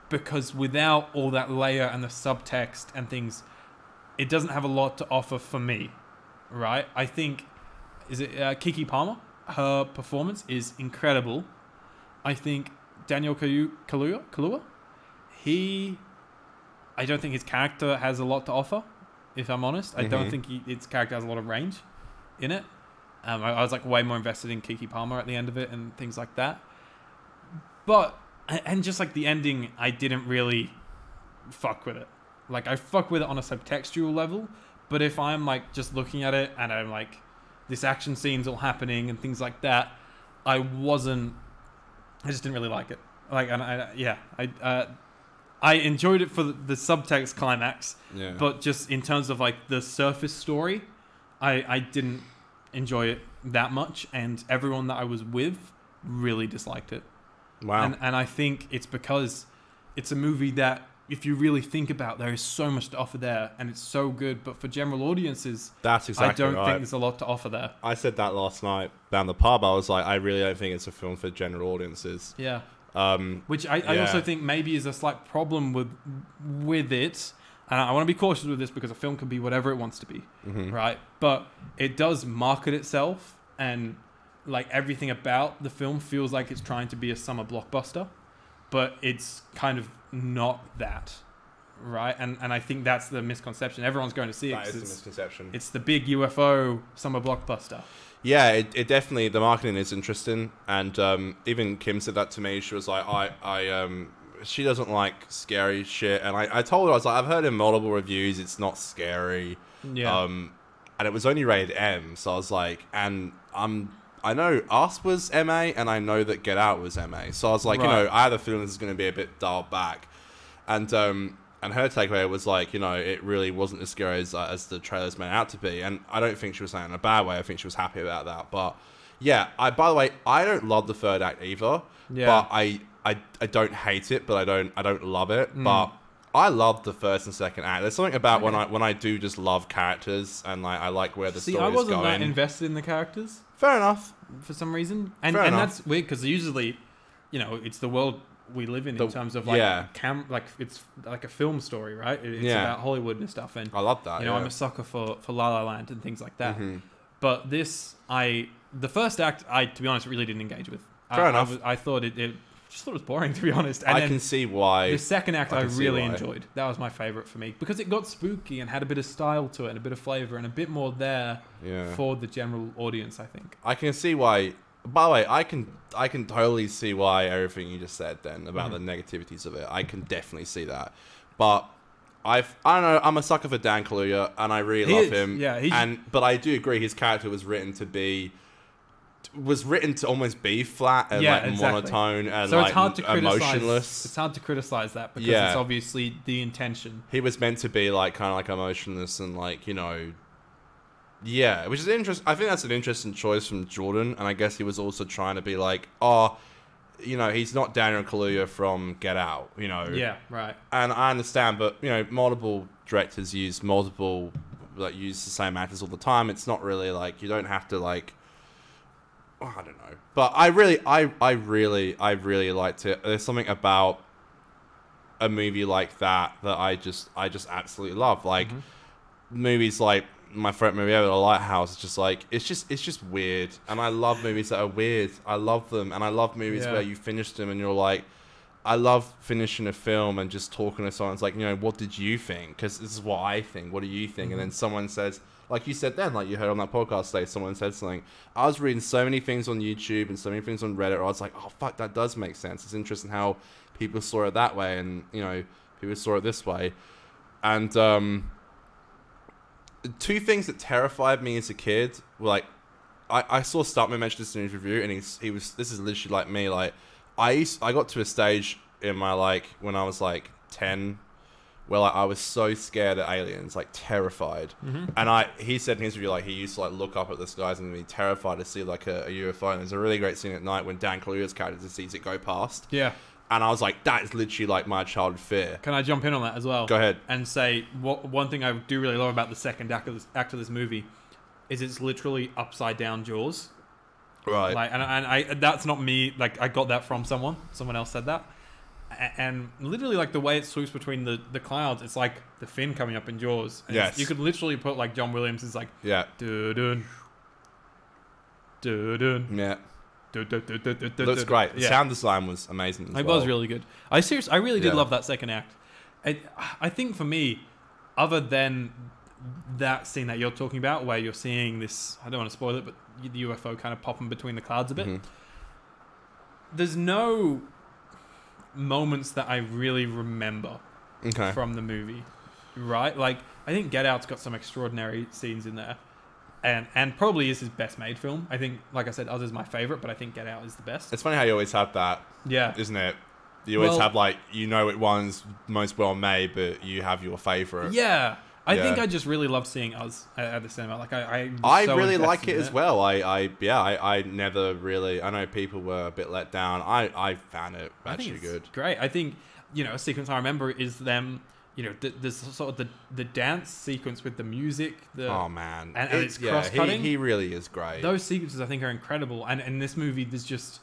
Speaker 1: because without all that layer and the subtext and things, it doesn't have a lot to offer for me, right? I think is it uh, Kiki Palmer? Her performance is incredible. I think Daniel Kalu- Kaluuya, Kaluuya, he, I don't think his character has a lot to offer. If I'm honest, I don't
Speaker 2: Mhm.
Speaker 1: think he, his character has a lot of range in it. Um, I, I was like way more invested in Kiki Palmer at the end of it and things like that. But a- and just like the ending, I didn't really fuck with it. Like I fuck with it on a subtextual level, but if I'm like just looking at it and I'm like, this action scene's all happening and things like that, I wasn't I just didn't really like it. Like, and I yeah, I uh, I enjoyed it for the, the subtext climax,
Speaker 2: Yeah.
Speaker 1: but just in terms of like the surface story, I I didn't enjoy it that much, and everyone that I was with really disliked it.
Speaker 2: wow.
Speaker 1: And, and I think it's because it's a movie that, if you really think about, there is so much to offer there, and it's so good. But for general audiences,
Speaker 2: That's exactly
Speaker 1: I don't
Speaker 2: right.
Speaker 1: think there's a lot to offer there.
Speaker 2: I said that last night down the pub. I was like, I really don't think it's a film for general audiences.
Speaker 1: Yeah,
Speaker 2: Um,
Speaker 1: which I, I
Speaker 2: Yeah.
Speaker 1: also think maybe is a slight problem with with it. And I want to be cautious with this because a film can be whatever it wants to be,
Speaker 2: Mm-hmm.
Speaker 1: right? But it does market itself, and like everything about the film feels like it's trying to be a summer blockbuster, but it's kind of not that, right? And and I think that's the misconception. Everyone's going to see it.
Speaker 2: that is
Speaker 1: 'cause
Speaker 2: a
Speaker 1: it's,
Speaker 2: misconception.
Speaker 1: it's the big UFO summer blockbuster.
Speaker 2: Yeah, it, it definitely the marketing is interesting, and um, even Kim said that to me. She was like, I, I, um, she doesn't like scary shit, and I, I told her I was like, I've heard in multiple reviews, it's not scary.
Speaker 1: Yeah.
Speaker 2: Um, and it was only rated M, so I was like, and I'm, I know Us was MA, and I know that Get Out was MA, so I was like, you
Speaker 1: Right.
Speaker 2: know, I had a feeling this is going to be a bit dialed back, and um. And her takeaway was like, you know, it really wasn't as scary as, uh, as the trailers made out to be. And I don't think she was saying it in a bad way. I think she was happy about that. But yeah, I by the way, I don't love the third act either.
Speaker 1: Yeah.
Speaker 2: But I, I I don't hate it, but I don't I don't love it.
Speaker 1: Hmm.
Speaker 2: But I love the first and second act. There's something about when I when I do just love characters and like I like where the
Speaker 1: See,
Speaker 2: story
Speaker 1: I
Speaker 2: is
Speaker 1: wasn't
Speaker 2: going.
Speaker 1: that invested in the characters.
Speaker 2: Fair enough.
Speaker 1: for some reason, and
Speaker 2: Fair
Speaker 1: and
Speaker 2: enough.
Speaker 1: that's weird because usually, you know, it's the world we live in
Speaker 2: The-
Speaker 1: in terms of like
Speaker 2: yeah.
Speaker 1: cam like it's like a film story, right? It- It's
Speaker 2: Yeah.
Speaker 1: about Hollywood and stuff, and
Speaker 2: I love that.
Speaker 1: you know, I'm
Speaker 2: yeah. Mm-hmm.
Speaker 1: a sucker for for La La Land and things like that. But this, I the first act, I to be honest, really didn't engage with.
Speaker 2: Fair
Speaker 1: I, I,
Speaker 2: enough.
Speaker 1: was- I thought it, it just thought it was boring to be honest. And
Speaker 2: I
Speaker 1: then
Speaker 2: can see why.
Speaker 1: the second act,
Speaker 2: I
Speaker 1: I,
Speaker 2: can see
Speaker 1: really
Speaker 2: why.
Speaker 1: enjoyed. That was my favorite for me because it got spooky and had a bit of style to it and a bit of flavor and a bit more there
Speaker 2: Yeah.
Speaker 1: for the general audience. I think.
Speaker 2: I can see why. By the way, I can I can totally see why everything you just said then about
Speaker 1: Mm-hmm.
Speaker 2: the negativities of it. I can definitely see that, but I've I don't know. I'm a sucker for Dan Kaluuya, and I really
Speaker 1: He
Speaker 2: love
Speaker 1: is,
Speaker 2: him.
Speaker 1: yeah, he's-
Speaker 2: and but I do agree his character was written to be was written to almost be flat and
Speaker 1: Yeah,
Speaker 2: like
Speaker 1: exactly.
Speaker 2: monotone and
Speaker 1: so
Speaker 2: like
Speaker 1: it's hard to
Speaker 2: n-
Speaker 1: criticize.
Speaker 2: emotionless.
Speaker 1: It's hard to criticize that because
Speaker 2: Yeah.
Speaker 1: it's obviously the intention.
Speaker 2: he was meant to be like kind of like emotionless and like you know yeah which is interesting i think that's an interesting choice from jordan and i guess he was also trying to be like oh you know he's not daniel kaluuya from get out you know
Speaker 1: Yeah, right.
Speaker 2: and i understand but you know multiple directors use multiple like use the same actors all the time it's not really like you don't have to like oh, i don't know but i really i i really i really liked it there's something about a movie like that that I just I just absolutely love. Like movies like my favorite movie ever, The Lighthouse. It's just like it's just it's just weird, and I love movies that are weird. I love them, and I love movies
Speaker 1: Yeah.
Speaker 2: where you finish them and you're like. I love finishing a film and just talking to someone. It's like, you know, what did you think? Because this is what I think. What do you think? And then someone says, like you said then, like you heard on that podcast today, someone said something. I was reading so many things on YouTube and so many things on Reddit. Where I was like, oh fuck, that does make sense. It's interesting how people saw it that way, and you know, people saw it this way. And um, two things that terrified me as a kid were like, I, I saw Stuntman mention this in his review, and he's, he was this is literally like me. Like I used, I got to a stage in my like when I was like ten. Where like, I was so scared of aliens, like terrified, and I he said in his review like he used to like look up at the skies and be terrified to see like a, a UFO. And there's a really great scene at night when Dan Kaluuya's character just sees it go past,
Speaker 1: Yeah.
Speaker 2: and I was like, that is literally like my childhood fear.
Speaker 1: Can I jump in on that as well?
Speaker 2: Go ahead.
Speaker 1: And say what one thing I do really love about the second act of this, act of this movie is it's literally upside down jaws.
Speaker 2: Right.
Speaker 1: Like, and, and I that's not me. Like, I got that from someone. Someone else said that. A- And literally, like the way it swoops between the, the clouds, it's like the fin coming up in Jaws. And it's-
Speaker 2: Yes.
Speaker 1: you could literally put like John Williams is like
Speaker 2: yeah.
Speaker 1: dun dun dun dun
Speaker 2: Yeah.
Speaker 1: Looks
Speaker 2: Looks great. The
Speaker 1: Yeah,
Speaker 2: sound design was amazing. As
Speaker 1: it
Speaker 2: well.
Speaker 1: was really good. I seriously, I really did
Speaker 2: Yeah.
Speaker 1: love that second act. I, I think for me, other than that scene that you're talking about, where you're seeing this, I don't want to spoil it, but the UFO kind of popping between the clouds a bit.
Speaker 2: Mhm.
Speaker 1: There's no moments that I really remember
Speaker 2: Mm-hmm. Okay.
Speaker 1: from the movie, right? Like I think Get Out's got some extraordinary scenes in there, and and probably is his best made film. I think, like I said, Us is my favorite, but I think Get Out is the best.
Speaker 2: It's funny how you always have that,
Speaker 1: yeah,
Speaker 2: isn't it? You always
Speaker 1: Well-
Speaker 2: have like you know it one's most well made, but you have your favorite.
Speaker 1: yeah. I
Speaker 2: Yeah.
Speaker 1: think I just really loved seeing Us at, at the cinema. Like I, I, was
Speaker 2: I
Speaker 1: so
Speaker 2: really
Speaker 1: invested
Speaker 2: like it
Speaker 1: in
Speaker 2: as well. I, I yeah, I, I never really. I know people were a bit let down. I, I found it
Speaker 1: I think
Speaker 2: actually
Speaker 1: it's
Speaker 2: good.
Speaker 1: Great. I think you know a sequence I remember is them. You know, th- there's sort of the the dance sequence with the music. The
Speaker 2: Oh man,
Speaker 1: and- and it's
Speaker 2: yeah, he-
Speaker 1: cross-cutting.
Speaker 2: He, really is great.
Speaker 1: those sequences I think are incredible. And in this movie, there's just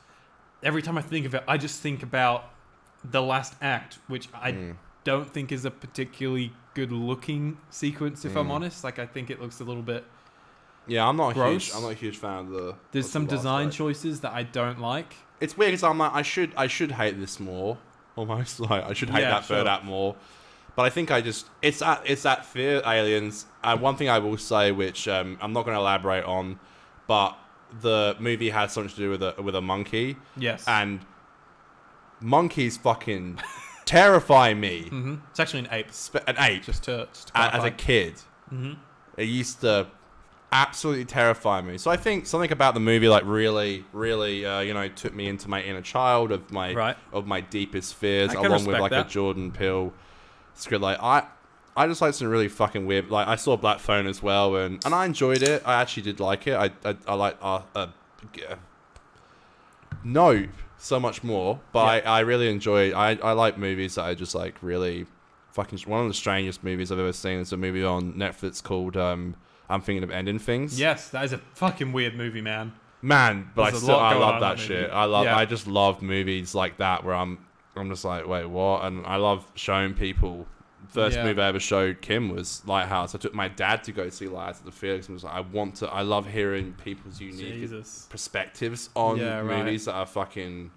Speaker 1: every time I think of it, I just think about the last act, which I
Speaker 2: Hmm.
Speaker 1: don't think is a particularly good looking sequence. If
Speaker 2: Hmm.
Speaker 1: I'm honest, like I think it looks a little bit.
Speaker 2: yeah, I'm not a huge.
Speaker 1: gross.
Speaker 2: I'm not a huge fan of the.
Speaker 1: There's
Speaker 2: of
Speaker 1: some
Speaker 2: the last
Speaker 1: design
Speaker 2: act.
Speaker 1: choices that I don't like.
Speaker 2: it's weird because I'm like, I should, I should hate this more. Almost like I should hate
Speaker 1: Yeah,
Speaker 2: that third
Speaker 1: sure.
Speaker 2: act more. But I think I just it's that it's that fear of aliens. Uh, one thing I will say, which um, I'm not going to elaborate on, but the movie has something to do with a with a monkey.
Speaker 1: Yes,
Speaker 2: and monkeys fucking terrify me.
Speaker 1: hmm it's actually an ape.
Speaker 2: Sp- An ape
Speaker 1: Just to, just Mm-hmm. to
Speaker 2: a- as a
Speaker 1: clarify.
Speaker 2: kid, it used to absolutely terrify me. So I think something about the movie like really, really, uh, you know, took me into my inner child of my
Speaker 1: Right.
Speaker 2: of my deepest fears,
Speaker 1: I can
Speaker 2: along with
Speaker 1: respect
Speaker 2: like
Speaker 1: that.
Speaker 2: a Jordan Peele script. Like I. I just like some really fucking weird. Like I saw Black Phone as well, and, and I enjoyed it. I actually did like it. I I, I like uh, uh, g- uh, Nope so much more, but I, I really enjoy. I I like movies that I just like really fucking. One of the strangest movies I've ever seen is a movie on Netflix called um, "I'm Thinking of Ending Things."
Speaker 1: Yes, that is a fucking weird movie, man.
Speaker 2: man, but I
Speaker 1: There's a
Speaker 2: still
Speaker 1: lot
Speaker 2: I
Speaker 1: going
Speaker 2: love
Speaker 1: on
Speaker 2: that
Speaker 1: in that
Speaker 2: shit.
Speaker 1: movie.
Speaker 2: I love.
Speaker 1: Yeah.
Speaker 2: I just love movies like that where I'm I'm just like, wait, what? And I love showing people. First
Speaker 1: Yeah.
Speaker 2: movie I ever showed Kim was Lighthouse. I took my dad to go see Lighthouse at the theater. 'cause I was like, I want to. I love hearing people's unique
Speaker 1: Jesus.
Speaker 2: perspectives on
Speaker 1: Yeah, right.
Speaker 2: movies that are fucking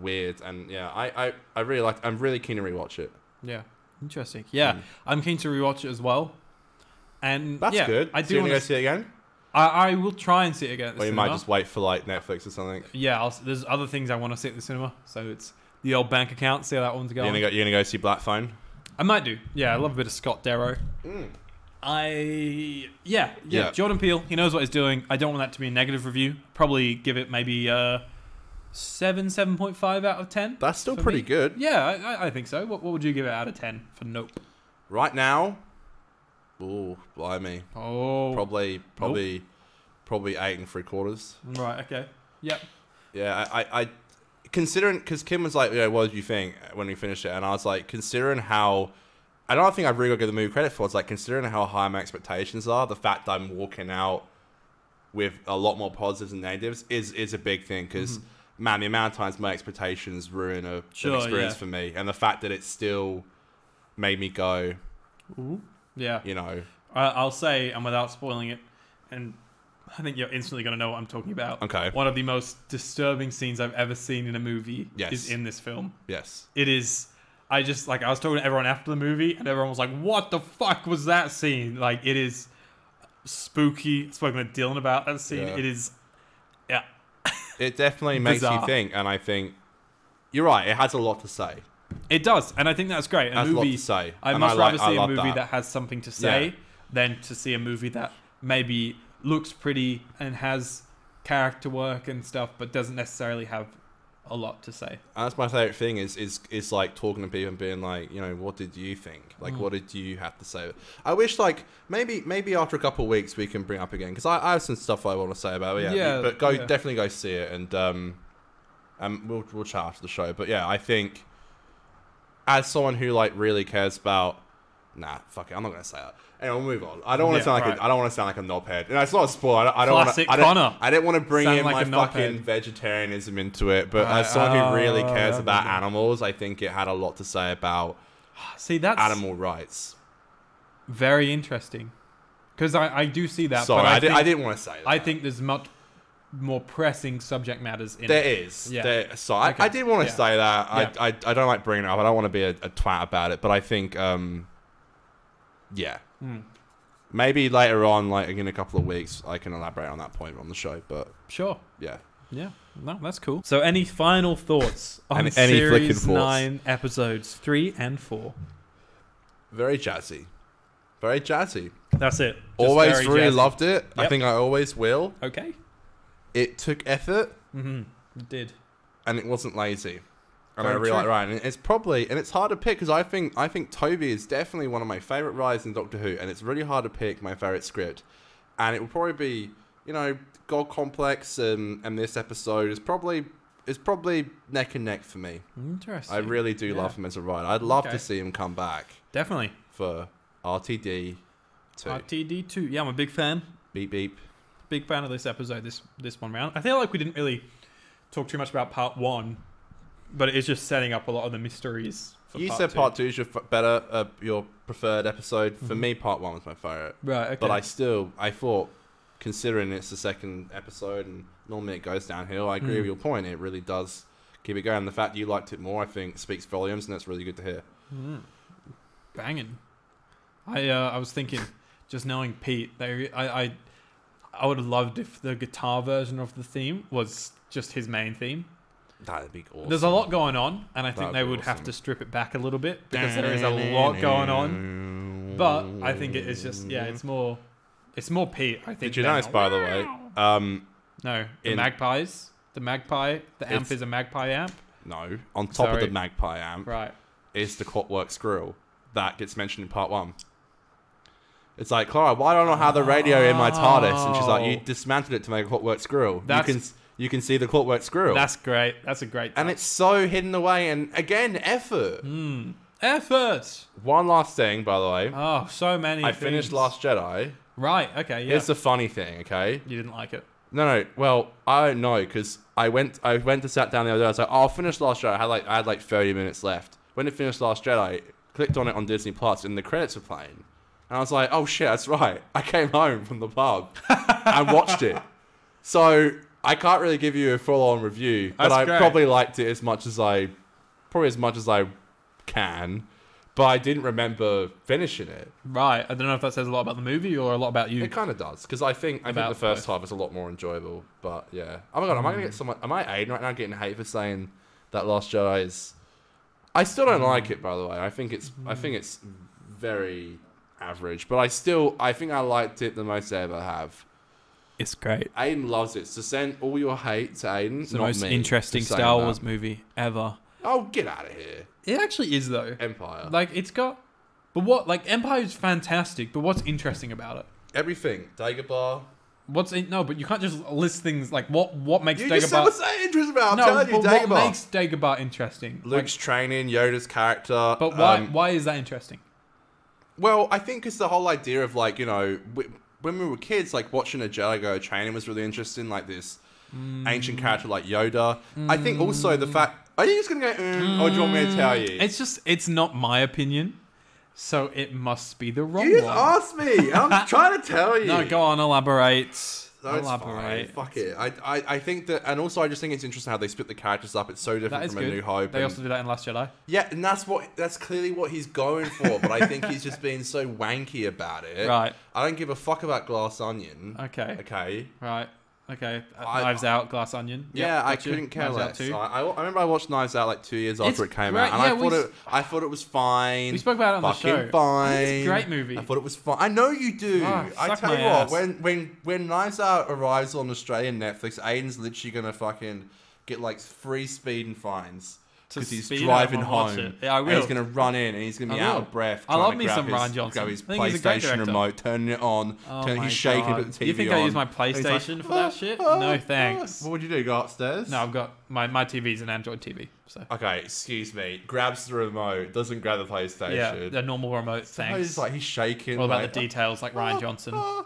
Speaker 2: weird and yeah I, I i really like i'm really keen to rewatch it
Speaker 1: Yeah. Interesting. Yeah, I'm keen to rewatch it as well. And
Speaker 2: Hmm. that's
Speaker 1: yeah,
Speaker 2: good
Speaker 1: I
Speaker 2: So
Speaker 1: do.
Speaker 2: you
Speaker 1: want
Speaker 2: wanna go
Speaker 1: to
Speaker 2: see it again
Speaker 1: I, I will try and see it again. At the
Speaker 2: or you
Speaker 1: cinema.
Speaker 2: might just wait for like netflix or something
Speaker 1: Yeah, I'll, there's other things I want to see at the cinema. So it's the old bank account. See how that one's
Speaker 2: you're
Speaker 1: going.
Speaker 2: gonna go you're gonna go see black phone
Speaker 1: I might do. Yeah, I love a bit of Scott Darrow. I yeah, yeah
Speaker 2: Hmm. Yeah.
Speaker 1: Jordan Peele. He knows what he's doing. I don't want that to be a negative review. Probably give it maybe uh seven seven point five out of ten.
Speaker 2: that's still
Speaker 1: For
Speaker 2: pretty
Speaker 1: me?
Speaker 2: good
Speaker 1: yeah, I, I- I think so. What, what would you give it out of ten for Nope?
Speaker 2: right now oh blimey
Speaker 1: Oh,
Speaker 2: probably probably probably eight and three quarters
Speaker 1: right. Okay. Yep.
Speaker 2: Yeah, I, I, I considering because Kim was like, "Yeah, what did you think when we finished it?" And I was like, considering how, I don't think I've really got to give the movie credit for. It's like considering how high my expectations are, the fact that I'm walking out with a lot more positives and negatives is is a big thing because. Man, the amount of times my expectations ruin a,
Speaker 1: Mm-hmm. Sure,
Speaker 2: an experience
Speaker 1: yeah.
Speaker 2: for me, and the fact that it still made me go,
Speaker 1: Yeah.
Speaker 2: you know,
Speaker 1: Uh, I'll say, and without spoiling it, and I think you're instantly going to know what I'm talking about.
Speaker 2: Okay.
Speaker 1: One of the most disturbing scenes I've ever seen in a movie
Speaker 2: Yes.
Speaker 1: is in this film.
Speaker 2: yes,
Speaker 1: It is. I just like I was talking to everyone after the movie, and everyone was like, "What the fuck was that scene?" Like it is spooky. I've Spoken to Dylan about that scene.
Speaker 2: Yeah.
Speaker 1: It is. Yeah.
Speaker 2: it definitely makes you
Speaker 1: Bizarre.
Speaker 2: think, and I think you're right. It has a lot to say.
Speaker 1: It does, and I think that's great. A
Speaker 2: Has a lot
Speaker 1: movie,
Speaker 2: to say,
Speaker 1: I
Speaker 2: and
Speaker 1: must
Speaker 2: I like-
Speaker 1: rather
Speaker 2: I
Speaker 1: see a
Speaker 2: love
Speaker 1: movie
Speaker 2: that.
Speaker 1: that. has something to say
Speaker 2: Yeah.
Speaker 1: than to see a movie that maybe looks pretty and has character work and stuff, but doesn't necessarily have a lot to say.
Speaker 2: And that's my favorite thing is is is like talking to people and being like, you know, what did you think?
Speaker 1: Mm.
Speaker 2: Like, what did you have to say? I wish like maybe maybe after a couple of weeks we can bring up again because I, I have some stuff I want to say about it. Yeah,
Speaker 1: Yeah,
Speaker 2: but go
Speaker 1: yeah.
Speaker 2: definitely go see it and um, um we'll we'll chat after the show. But yeah, I think as someone who like really cares about. Nah, fuck it. I'm not gonna say that. Anyway, we'll move on. I don't want to
Speaker 1: Yeah,
Speaker 2: sound like
Speaker 1: right.
Speaker 2: a, I don't want to sound like a knobhead. No, it's not a spoiler. I don't, I don't
Speaker 1: Classic
Speaker 2: wanna, I don't,
Speaker 1: Connor.
Speaker 2: I didn't want to bring
Speaker 1: Sound
Speaker 2: in
Speaker 1: like a
Speaker 2: my fucking
Speaker 1: knobhead.
Speaker 2: vegetarianism into it, but
Speaker 1: Right,
Speaker 2: as someone
Speaker 1: oh,
Speaker 2: who really cares
Speaker 1: okay.
Speaker 2: about animals, I think it had a lot to say about
Speaker 1: See, that's
Speaker 2: animal rights.
Speaker 1: very interesting because I, I do see that.
Speaker 2: Sorry,
Speaker 1: but
Speaker 2: I,
Speaker 1: I,
Speaker 2: did,
Speaker 1: think,
Speaker 2: I didn't want to say that.
Speaker 1: I think there's much more pressing subject matters in
Speaker 2: there
Speaker 1: it.
Speaker 2: is.
Speaker 1: Yeah.
Speaker 2: There, so I,
Speaker 1: Okay.
Speaker 2: I did want to
Speaker 1: Yeah.
Speaker 2: say that.
Speaker 1: Yeah.
Speaker 2: I, I, I don't like bringing it up. I don't want to be a, a twat about it, but I think, um, yeah.
Speaker 1: Hmm.
Speaker 2: Maybe later on, like in a couple of weeks, I can elaborate on that point on the show, but
Speaker 1: Sure.
Speaker 2: yeah.
Speaker 1: Yeah, no, that's cool. So, any final thoughts on
Speaker 2: Any- any flicking
Speaker 1: series
Speaker 2: thoughts?
Speaker 1: nine, episodes three and four?
Speaker 2: Very jazzy. Very jazzy.
Speaker 1: That's it. Just
Speaker 2: always
Speaker 1: very
Speaker 2: really
Speaker 1: jazzy.
Speaker 2: loved it. I
Speaker 1: Yep.
Speaker 2: think I always will.
Speaker 1: Okay.
Speaker 2: It took effort
Speaker 1: Mm-hmm. Did.
Speaker 2: and it wasn't lazy. And I
Speaker 1: Very
Speaker 2: really like
Speaker 1: true.
Speaker 2: Ryan. And it's probably and it's hard to pick because I think I think Toby is definitely one of my favorite writers in Doctor Who, and it's really hard to pick my favorite script. And it will probably be you know God Complex and and this episode is probably is probably neck and neck for me.
Speaker 1: Interesting.
Speaker 2: I really do
Speaker 1: Yeah.
Speaker 2: love him as a writer. I'd love
Speaker 1: Okay.
Speaker 2: to see him come back
Speaker 1: Definitely.
Speaker 2: for RTD two.
Speaker 1: RTD two. Yeah, I'm a big fan.
Speaker 2: beep beep.
Speaker 1: Big fan of this episode. This this one round. I feel like we didn't really talk too much about part one, but it is just setting up a lot of the mysteries. For
Speaker 2: you
Speaker 1: part
Speaker 2: said
Speaker 1: two.
Speaker 2: part two is your f- better, uh, your preferred episode.
Speaker 1: Mm-hmm.
Speaker 2: For me, part one was my favorite,
Speaker 1: Right. Okay.
Speaker 2: but I still, I thought, considering it's the second episode and normally it goes downhill, I agree
Speaker 1: Mm.
Speaker 2: with your point. It really does keep it going. The fact you liked it more, I think, speaks volumes, and that's really good to hear.
Speaker 1: Mm. Banging. I uh, I was thinking, just knowing Pete, they I I, I would have loved if the guitar version of the theme was just his main theme.
Speaker 2: That'd be awesome.
Speaker 1: There's a lot going on, and I think
Speaker 2: That'd
Speaker 1: they
Speaker 2: be
Speaker 1: would have
Speaker 2: awesome.
Speaker 1: to strip it back a little bit because there is a lot going on. But I think it is just yeah, it's more, it's more Pete. I think.
Speaker 2: Mm-hmm. Did you
Speaker 1: than-
Speaker 2: notice, by the way? Um,
Speaker 1: No, the
Speaker 2: in-
Speaker 1: magpies. The magpie. The amp
Speaker 2: It's-
Speaker 1: is a magpie amp.
Speaker 2: no, on top of
Speaker 1: Sorry.
Speaker 2: the magpie amp,
Speaker 1: Right.
Speaker 2: is the clockwork squirrel that gets mentioned in part one. It's like, Clara, why don't I have the radio in my TARDIS? And she's like, you
Speaker 1: Oh.
Speaker 2: dismantled it to make a clockwork squirrel.
Speaker 1: That's-
Speaker 2: you can you can see the clockwork squirrel.
Speaker 1: That's great. That's a great.
Speaker 2: Oh. and it's so hidden away. And again, effort.
Speaker 1: Mm. effort.
Speaker 2: One last thing, by the way.
Speaker 1: Oh, so many.
Speaker 2: I finished
Speaker 1: things.
Speaker 2: Last Jedi.
Speaker 1: Right. Okay. Yeah.
Speaker 2: Here's the funny thing, okay?
Speaker 1: you didn't like it.
Speaker 2: No, no. Well, I don't know because I went. I went to sat down the other day. I was like, oh, I'll finish Last Jedi. I had like I had like thirty minutes left. When it finished Last Jedi, clicked on it on Disney Plus, and the credits were playing. And I was like, oh shit, that's right. I came home from the pub and watched it. So I can't really give you a full-on review, but
Speaker 1: That's
Speaker 2: I
Speaker 1: great.
Speaker 2: probably liked it as much as I, probably as much as I can. But I didn't remember finishing it.
Speaker 1: Right. I don't know if that says a lot about the movie or a lot about you.
Speaker 2: It kind of does because I think I think
Speaker 1: About
Speaker 2: the first half is a lot more enjoyable. But yeah, oh my god, am I gonna
Speaker 1: Mm.
Speaker 2: get someone? Am I Aiden right now getting hate for saying that Last Jedi is? I still don't
Speaker 1: Mm.
Speaker 2: like it, by the way. I think it's I think it's very average, but I still I think I liked it the most I ever have.
Speaker 1: It's great.
Speaker 2: Aiden loves it, so send all your hate to Aiden.
Speaker 1: It's the
Speaker 2: not
Speaker 1: most
Speaker 2: me, for
Speaker 1: interesting
Speaker 2: saying
Speaker 1: Star
Speaker 2: that.
Speaker 1: Wars movie ever.
Speaker 2: Oh, get out of here,
Speaker 1: It actually is though.
Speaker 2: Empire.
Speaker 1: Like it's got, but what like Empire's fantastic. But what's interesting about it?
Speaker 2: Everything, Dagobah.
Speaker 1: What's in, no? But you can't just list things like what what makes
Speaker 2: You
Speaker 1: Dagobah.
Speaker 2: just said what's that interesting about? I'm
Speaker 1: no,
Speaker 2: telling you,
Speaker 1: but
Speaker 2: Dagobah.
Speaker 1: what makes Dagobah interesting? Like,
Speaker 2: Luke's training, Yoda's character.
Speaker 1: but why
Speaker 2: um,
Speaker 1: why is that interesting?
Speaker 2: Well, I think it's the whole idea of like you know w- when we were kids, like watching a Jedi go training was really interesting. Like this ancient character like Yoda. I think also the fact. Are you just gonna go? Mm, Or do you want me to tell you?
Speaker 1: It's just it's not my opinion, so it must be the wrong
Speaker 2: you just
Speaker 1: one.
Speaker 2: asked me. I'm trying to tell you.
Speaker 1: No, go on, elaborate.
Speaker 2: No, it's fine.
Speaker 1: elaborate.
Speaker 2: Fuck it. I, I, I think that, and also I just think it's interesting how they split the characters up. It's so
Speaker 1: That
Speaker 2: different
Speaker 1: is
Speaker 2: from A
Speaker 1: good.
Speaker 2: New Hope.
Speaker 1: They
Speaker 2: and-
Speaker 1: also do that in Last Jedi.
Speaker 2: yeah, and that's what that's clearly what he's going for. But I think he's just being so wanky about it.
Speaker 1: Right.
Speaker 2: I don't give a fuck about Glass Onion.
Speaker 1: Okay.
Speaker 2: Okay.
Speaker 1: Right. Okay. Uh,
Speaker 2: I-
Speaker 1: Knives Out, Glass Onion. Yep,
Speaker 2: Yeah, I
Speaker 1: gotcha.
Speaker 2: couldn't care
Speaker 1: Knives Out
Speaker 2: less. I,
Speaker 1: too.
Speaker 2: I, I remember I watched Knives Out like two years after
Speaker 1: It's
Speaker 2: it came
Speaker 1: great.
Speaker 2: out, and
Speaker 1: Yeah,
Speaker 2: I
Speaker 1: we
Speaker 2: thought
Speaker 1: s-
Speaker 2: it. I thought it was fine.
Speaker 1: We spoke about it on the
Speaker 2: Fucking
Speaker 1: show.
Speaker 2: Fine.
Speaker 1: It's a great movie.
Speaker 2: I thought it was fine. I know you do.
Speaker 1: Ah,
Speaker 2: I
Speaker 1: suck
Speaker 2: tell
Speaker 1: my
Speaker 2: you what,
Speaker 1: ass.
Speaker 2: when when when Knives Out arrives on Australian Netflix, Aiden's literally gonna fucking get like free speed and fines.
Speaker 1: To
Speaker 2: Because he's
Speaker 1: speed, I
Speaker 2: driving
Speaker 1: wanna watch
Speaker 2: home.
Speaker 1: it. Yeah, I
Speaker 2: and he's
Speaker 1: will.
Speaker 2: going to run in and he's going to
Speaker 1: I
Speaker 2: be out
Speaker 1: will.
Speaker 2: of breath.
Speaker 1: I
Speaker 2: trying
Speaker 1: love
Speaker 2: to
Speaker 1: me
Speaker 2: grab
Speaker 1: some
Speaker 2: his-
Speaker 1: Ryan Johnson.
Speaker 2: Grab his
Speaker 1: I think he's a great
Speaker 2: PlayStation
Speaker 1: director.
Speaker 2: remote, turning it on.
Speaker 1: Oh
Speaker 2: turn,
Speaker 1: my
Speaker 2: he's shaking,
Speaker 1: God.
Speaker 2: put the TV
Speaker 1: You think
Speaker 2: on.
Speaker 1: I use my
Speaker 2: and he's "Ah,
Speaker 1: PlayStation for that shit? No thanks.
Speaker 2: What would you do? Go upstairs?
Speaker 1: No, I've got my my TV's an Android TV, so
Speaker 2: Okay, excuse me. Grabs the remote, doesn't grab the
Speaker 1: yeah,
Speaker 2: PlayStation.
Speaker 1: the normal remote.
Speaker 2: Oh,
Speaker 1: Thanks.
Speaker 2: he's like he's shaking.
Speaker 1: All about
Speaker 2: like,
Speaker 1: the details, like Ryan
Speaker 2: "Ah,
Speaker 1: Johnson.
Speaker 2: ah,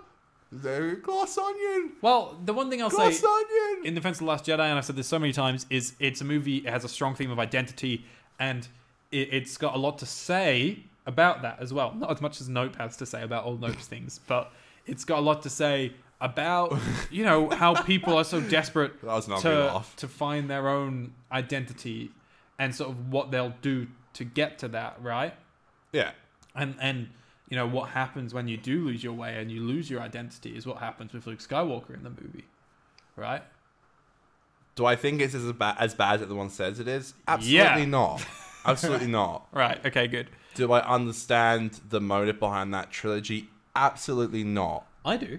Speaker 2: there- glass onion,
Speaker 1: Well, the one thing I'll
Speaker 2: glass
Speaker 1: say
Speaker 2: onion.
Speaker 1: in defense of the Last Jedi, and I've said this so many times, is it's a movie. It has a strong theme of identity, and it, it's got a lot to say about that as well. Not as much as Nope has to say about all Nope's things, but it's got a lot to say about you know how people are so desperate
Speaker 2: That was an ugly
Speaker 1: to
Speaker 2: laugh.
Speaker 1: to find their own identity and sort of what they'll do to get to that, right?
Speaker 2: Yeah,
Speaker 1: and and you know what happens when you do lose your way and you lose your identity is what happens with Luke Skywalker in the movie, right?
Speaker 2: Do I think it's as bad as bad as everyone says it is? Absolutely not. Absolutely not.
Speaker 1: Right. Okay. Good.
Speaker 2: Do I understand the motive behind that trilogy? Absolutely not.
Speaker 1: I do.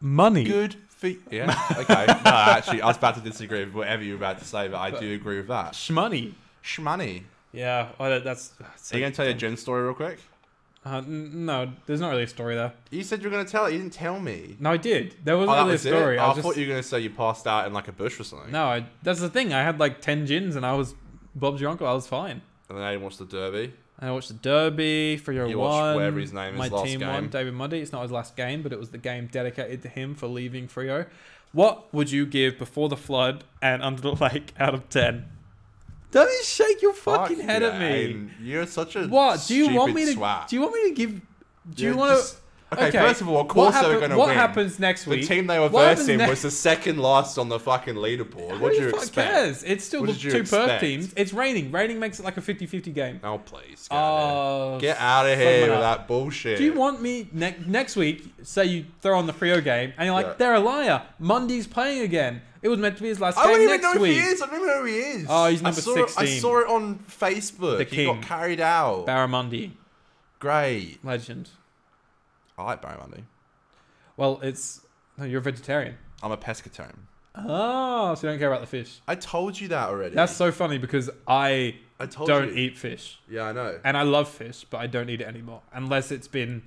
Speaker 1: Money.
Speaker 2: Good for yeah. Okay. No, actually, I was about to disagree with whatever you were about to say, but I do agree with that.
Speaker 1: Shmoney.
Speaker 2: Shmoney.
Speaker 1: Yeah, I don't- that's. that's
Speaker 2: Are you gonna tell your Jen story real quick?
Speaker 1: uh, n- no, there's not really a story there.
Speaker 2: You said you were gonna tell it. You didn't tell me.
Speaker 1: No, I did. There wasn't
Speaker 2: Oh, that
Speaker 1: really
Speaker 2: was
Speaker 1: a story.
Speaker 2: it.
Speaker 1: I,
Speaker 2: I,
Speaker 1: was just,
Speaker 2: thought you were gonna say you passed out in like a bush or something.
Speaker 1: No, I, that's the thing. I had like 10 gins and I was Bob's your uncle. I was fine.
Speaker 2: And then I watched the derby.
Speaker 1: And I watched the Derby for your
Speaker 2: You watched
Speaker 1: one.
Speaker 2: whatever his name is,
Speaker 1: My
Speaker 2: last
Speaker 1: team
Speaker 2: game.
Speaker 1: won. David Mundy. It's not his last game, but it was the game dedicated to him for leaving Frio. What would you give before the flood and under the lake out of ten? Don't you shake your fucking
Speaker 2: Fuck
Speaker 1: head at
Speaker 2: yeah,
Speaker 1: me.
Speaker 2: Aiden. You're such a
Speaker 1: What do you want me
Speaker 2: stupid
Speaker 1: to?
Speaker 2: Swat.
Speaker 1: Do you want me to give? Do you
Speaker 2: You're
Speaker 1: want
Speaker 2: just-
Speaker 1: to?
Speaker 2: Okay, first of all, of course
Speaker 1: what
Speaker 2: they were
Speaker 1: happen-
Speaker 2: going to
Speaker 1: What
Speaker 2: win.
Speaker 1: happens next
Speaker 2: The
Speaker 1: week?
Speaker 2: team they were
Speaker 1: What happens
Speaker 2: versing
Speaker 1: next-
Speaker 2: was the second last on the fucking leaderboard.
Speaker 1: Who
Speaker 2: What do you
Speaker 1: the fuck
Speaker 2: expect?
Speaker 1: cares? It's still
Speaker 2: What
Speaker 1: the
Speaker 2: did you
Speaker 1: two Perth
Speaker 2: expect?
Speaker 1: teams. It's raining. Raining makes it like a 50-50 game.
Speaker 2: Oh please, get out of
Speaker 1: Oh,
Speaker 2: here. Get out of
Speaker 1: suck
Speaker 2: here
Speaker 1: it
Speaker 2: with
Speaker 1: up.
Speaker 2: that bullshit.
Speaker 1: Do you want me ne- next week? Say you throw on the Frio game, and you're like,
Speaker 2: Yeah.
Speaker 1: they're a liar. Monday's playing again. It was meant to be his last
Speaker 2: I
Speaker 1: game
Speaker 2: don't even
Speaker 1: next
Speaker 2: know who
Speaker 1: week.
Speaker 2: he is. I don't even know who he is.
Speaker 1: Oh, he's
Speaker 2: I
Speaker 1: number
Speaker 2: saw it-
Speaker 1: 16.
Speaker 2: I saw it on Facebook.
Speaker 1: The
Speaker 2: He
Speaker 1: king.
Speaker 2: got carried out.
Speaker 1: Barramundi,
Speaker 2: Great.
Speaker 1: legend.
Speaker 2: I like Barry Mundy.
Speaker 1: Well, it's no, you're a vegetarian.
Speaker 2: I'm a pescatarian.
Speaker 1: Oh, so you don't care about the fish.
Speaker 2: I told you that already.
Speaker 1: That's so funny because I
Speaker 2: I told
Speaker 1: don't
Speaker 2: you.
Speaker 1: eat um, fish,
Speaker 2: Yeah, I know.
Speaker 1: and I love fish, but I don't eat it anymore unless it's been.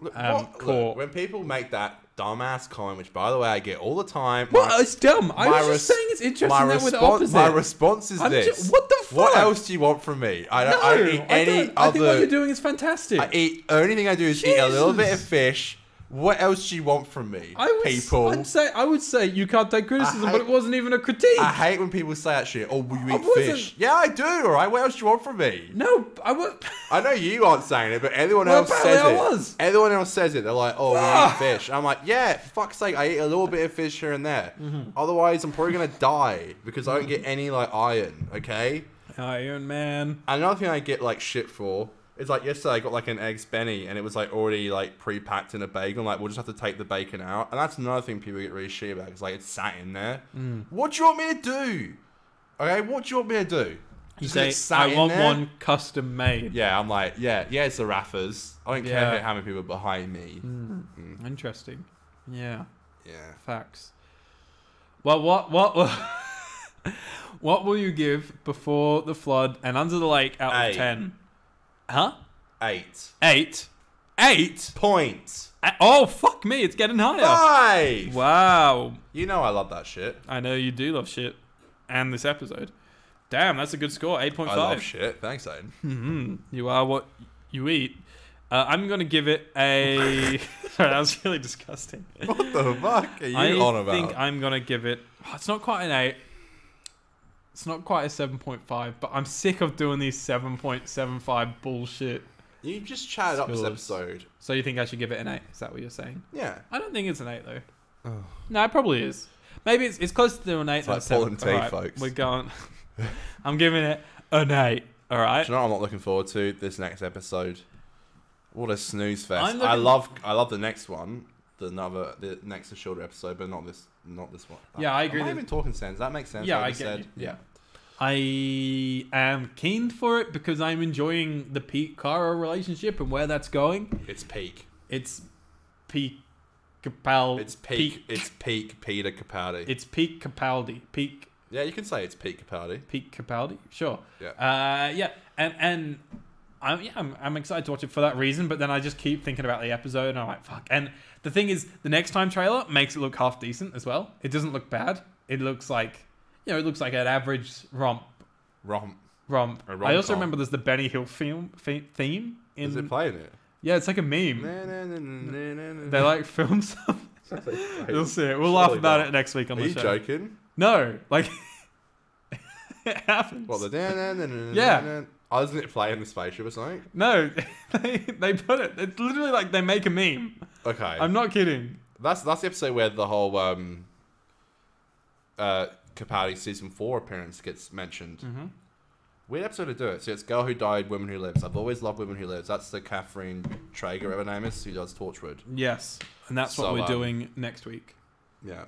Speaker 2: Look,
Speaker 1: um,
Speaker 2: what- look,
Speaker 1: caught.
Speaker 2: when people make that dumbass comment, which by the way I get all the time,
Speaker 1: What?
Speaker 2: my-
Speaker 1: it's dumb. I was
Speaker 2: my
Speaker 1: just
Speaker 2: res-
Speaker 1: saying it's
Speaker 2: my
Speaker 1: interesting that we're the
Speaker 2: respon-
Speaker 1: opposite.
Speaker 2: My response is
Speaker 1: I'm ju-
Speaker 2: this:
Speaker 1: what the fuck?
Speaker 2: What else do you want from me? I don't.
Speaker 1: no,
Speaker 2: I eat
Speaker 1: I
Speaker 2: any
Speaker 1: don't.
Speaker 2: other.
Speaker 1: I think what you're doing is fantastic.
Speaker 2: I eat only thing I do is eat a little bit of
Speaker 1: Jesus.
Speaker 2: fish. What else do you want from me,
Speaker 1: I would,
Speaker 2: people?
Speaker 1: I'd say I would say you can't take criticism,
Speaker 2: I hate-
Speaker 1: but it wasn't even a critique.
Speaker 2: I hate when people say that shit. Oh, will you
Speaker 1: I
Speaker 2: eat
Speaker 1: wasn't-
Speaker 2: fish? Yeah, I do. All right. What else do you want from me?
Speaker 1: no, I would.
Speaker 2: I know you aren't saying it, but everyone
Speaker 1: Well,
Speaker 2: else
Speaker 1: apparently
Speaker 2: says
Speaker 1: I
Speaker 2: it.
Speaker 1: was.
Speaker 2: Everyone else says it. They're like, "Oh, you
Speaker 1: Ah.
Speaker 2: eat fish." I'm like, "Yeah, for fuck's sake, I eat a little bit of fish here and there.
Speaker 1: Mm-hmm.
Speaker 2: Otherwise, I'm probably gonna die because I don't get any like iron." Okay.
Speaker 1: Iron Man.
Speaker 2: And another thing I get like shit for is like yesterday I got like an eggs benny and it was like already like pre-packed in a bagel. like we'll just have to take the bacon out, and that's another thing people get really shit about. It's like it's sat in there.
Speaker 1: Mm.
Speaker 2: What do you want me to do? Okay, what do you want me to do?
Speaker 1: You
Speaker 2: Just 'cause
Speaker 1: say
Speaker 2: it's sat
Speaker 1: I
Speaker 2: in
Speaker 1: want
Speaker 2: there?"
Speaker 1: one custom made.
Speaker 2: Yeah, I'm like, yeah, yeah, it's the Raffers. I don't
Speaker 1: Yeah.
Speaker 2: care how many people are behind me.
Speaker 1: Interesting. Yeah.
Speaker 2: Yeah.
Speaker 1: Facts. Well, what what what will you give before the flood and under the lake out
Speaker 2: Eight.
Speaker 1: of ten? Hmm. Huh?
Speaker 2: Eight.
Speaker 1: Eight. Eight.
Speaker 2: Point.
Speaker 1: Eh, Oh fuck me! It's getting higher.
Speaker 2: Five.
Speaker 1: Wow.
Speaker 2: You know I love that shit.
Speaker 1: I know you do love shit, and this episode. Damn, that's a good score. Eight point
Speaker 2: I love
Speaker 1: five.
Speaker 2: shit. Thanks, Aiden.
Speaker 1: hmm You are what you eat. Uh, I'm gonna give it a. Sorry, that was really disgusting.
Speaker 2: what the fuck are you
Speaker 1: I
Speaker 2: on about?
Speaker 1: think I'm gonna give it. oh, It's not quite an eight. It's not quite a seven point five, but I'm sick of doing these seven point seven five bullshit.
Speaker 2: you just chatted up this
Speaker 1: Schools.
Speaker 2: episode.
Speaker 1: So you think I should give it an eight? Is that what you're saying?
Speaker 2: Yeah.
Speaker 1: I don't think it's an eight though.
Speaker 2: Oh.
Speaker 1: No, it probably is. Maybe it's it's closer to an eight than
Speaker 2: like
Speaker 1: a seven.
Speaker 2: Paul and Tea,
Speaker 1: Alright,
Speaker 2: folks.
Speaker 1: We're going. I'm giving it an eight. All right.
Speaker 2: Do you know what I'm not looking forward to this next episode? What a snooze fest!
Speaker 1: I'm
Speaker 2: I
Speaker 1: looking-
Speaker 2: love, I love the next one, the another, the next to shoulder episode, but not this, not this one.
Speaker 1: Yeah, I agree
Speaker 2: Am I
Speaker 1: that-
Speaker 2: even talking sense? That makes sense.
Speaker 1: Yeah,
Speaker 2: what
Speaker 1: I
Speaker 2: just
Speaker 1: get you.
Speaker 2: Yeah.
Speaker 1: I am keen for it because I'm enjoying the Pete Cara relationship and where that's going.
Speaker 2: it's peak.
Speaker 1: It's Pete Capaldi.
Speaker 2: It's peak. It's peak. Peter Capaldi.
Speaker 1: It's Pete Capaldi. Pete
Speaker 2: yeah, you can say it's peak Capaldi.
Speaker 1: Pete Capaldi. Sure.
Speaker 2: Yeah.
Speaker 1: Uh, yeah. And and I'm yeah I'm, I'm excited to watch it for that reason. But then I just keep thinking about the episode and I'm like fuck. And the thing is, the next time trailer makes it look half decent as well. It doesn't look bad. It looks like you know it looks like an average romp
Speaker 2: Romp.
Speaker 1: romp.
Speaker 2: A
Speaker 1: I also
Speaker 2: rom-com.
Speaker 1: remember there's the Benny Hill film fe- theme in
Speaker 2: Is it playing it?
Speaker 1: yeah it's like a meme. They
Speaker 2: They
Speaker 1: like film some. You'll see it. We'll
Speaker 2: Surely
Speaker 1: laugh about
Speaker 2: not.
Speaker 1: it next week on
Speaker 2: Are
Speaker 1: the
Speaker 2: you
Speaker 1: show.
Speaker 2: joking?
Speaker 1: No, like it happens.
Speaker 2: What the? na-na-na-na-na-na-na.
Speaker 1: Yeah.
Speaker 2: Oh, doesn't it play in the spaceship or something?
Speaker 1: No, they, they put it. It's literally like they make a meme.
Speaker 2: Okay.
Speaker 1: I'm not kidding.
Speaker 2: That's that's the episode where the whole um uh Capaldi season four appearance gets mentioned.
Speaker 1: Mhm.
Speaker 2: Weird episode to do it. So it's Girl Who Died, Woman Who Lives. I've always loved Women Who Lives. That's the Catherine Traeger, whatever her name is, who does Torchwood.
Speaker 1: Yes, and that's
Speaker 2: So,
Speaker 1: what we're
Speaker 2: um,
Speaker 1: doing next week.
Speaker 2: Yeah.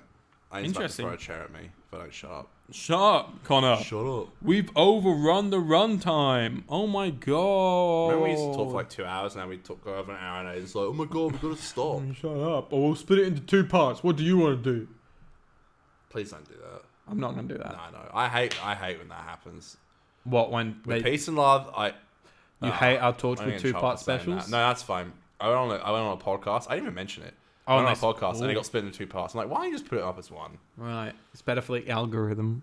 Speaker 2: I need to
Speaker 1: Interesting.
Speaker 2: throw a chair at me if I don't shut up.
Speaker 1: Shut up, Connor.
Speaker 2: Shut up.
Speaker 1: We've overrun the runtime. Oh my god.
Speaker 2: Remember we used to talk
Speaker 1: Oh.
Speaker 2: for like two hours, now we talk over an hour, and it's like, oh my god, we gotta stop.
Speaker 1: Shut up. Or we'll split it into two parts. What do you want to do?
Speaker 2: Please don't do that.
Speaker 1: I'm not gonna do that.
Speaker 2: No, no, I hate, I hate when that happens.
Speaker 1: What when
Speaker 2: With
Speaker 1: they,
Speaker 2: peace and love, I.
Speaker 1: you
Speaker 2: Ah,
Speaker 1: hate our torch
Speaker 2: I'm gonna
Speaker 1: with
Speaker 2: get in
Speaker 1: two
Speaker 2: trouble
Speaker 1: part
Speaker 2: for saying
Speaker 1: specials?
Speaker 2: That. No, that's fine. I went on, a, I went on a podcast. I didn't even mention it.
Speaker 1: Oh,
Speaker 2: I went
Speaker 1: nice.
Speaker 2: on a podcast and
Speaker 1: Ooh.
Speaker 2: it got split into two parts. I'm like, why don't you just put it up as one?
Speaker 1: Right. It's better for the algorithm.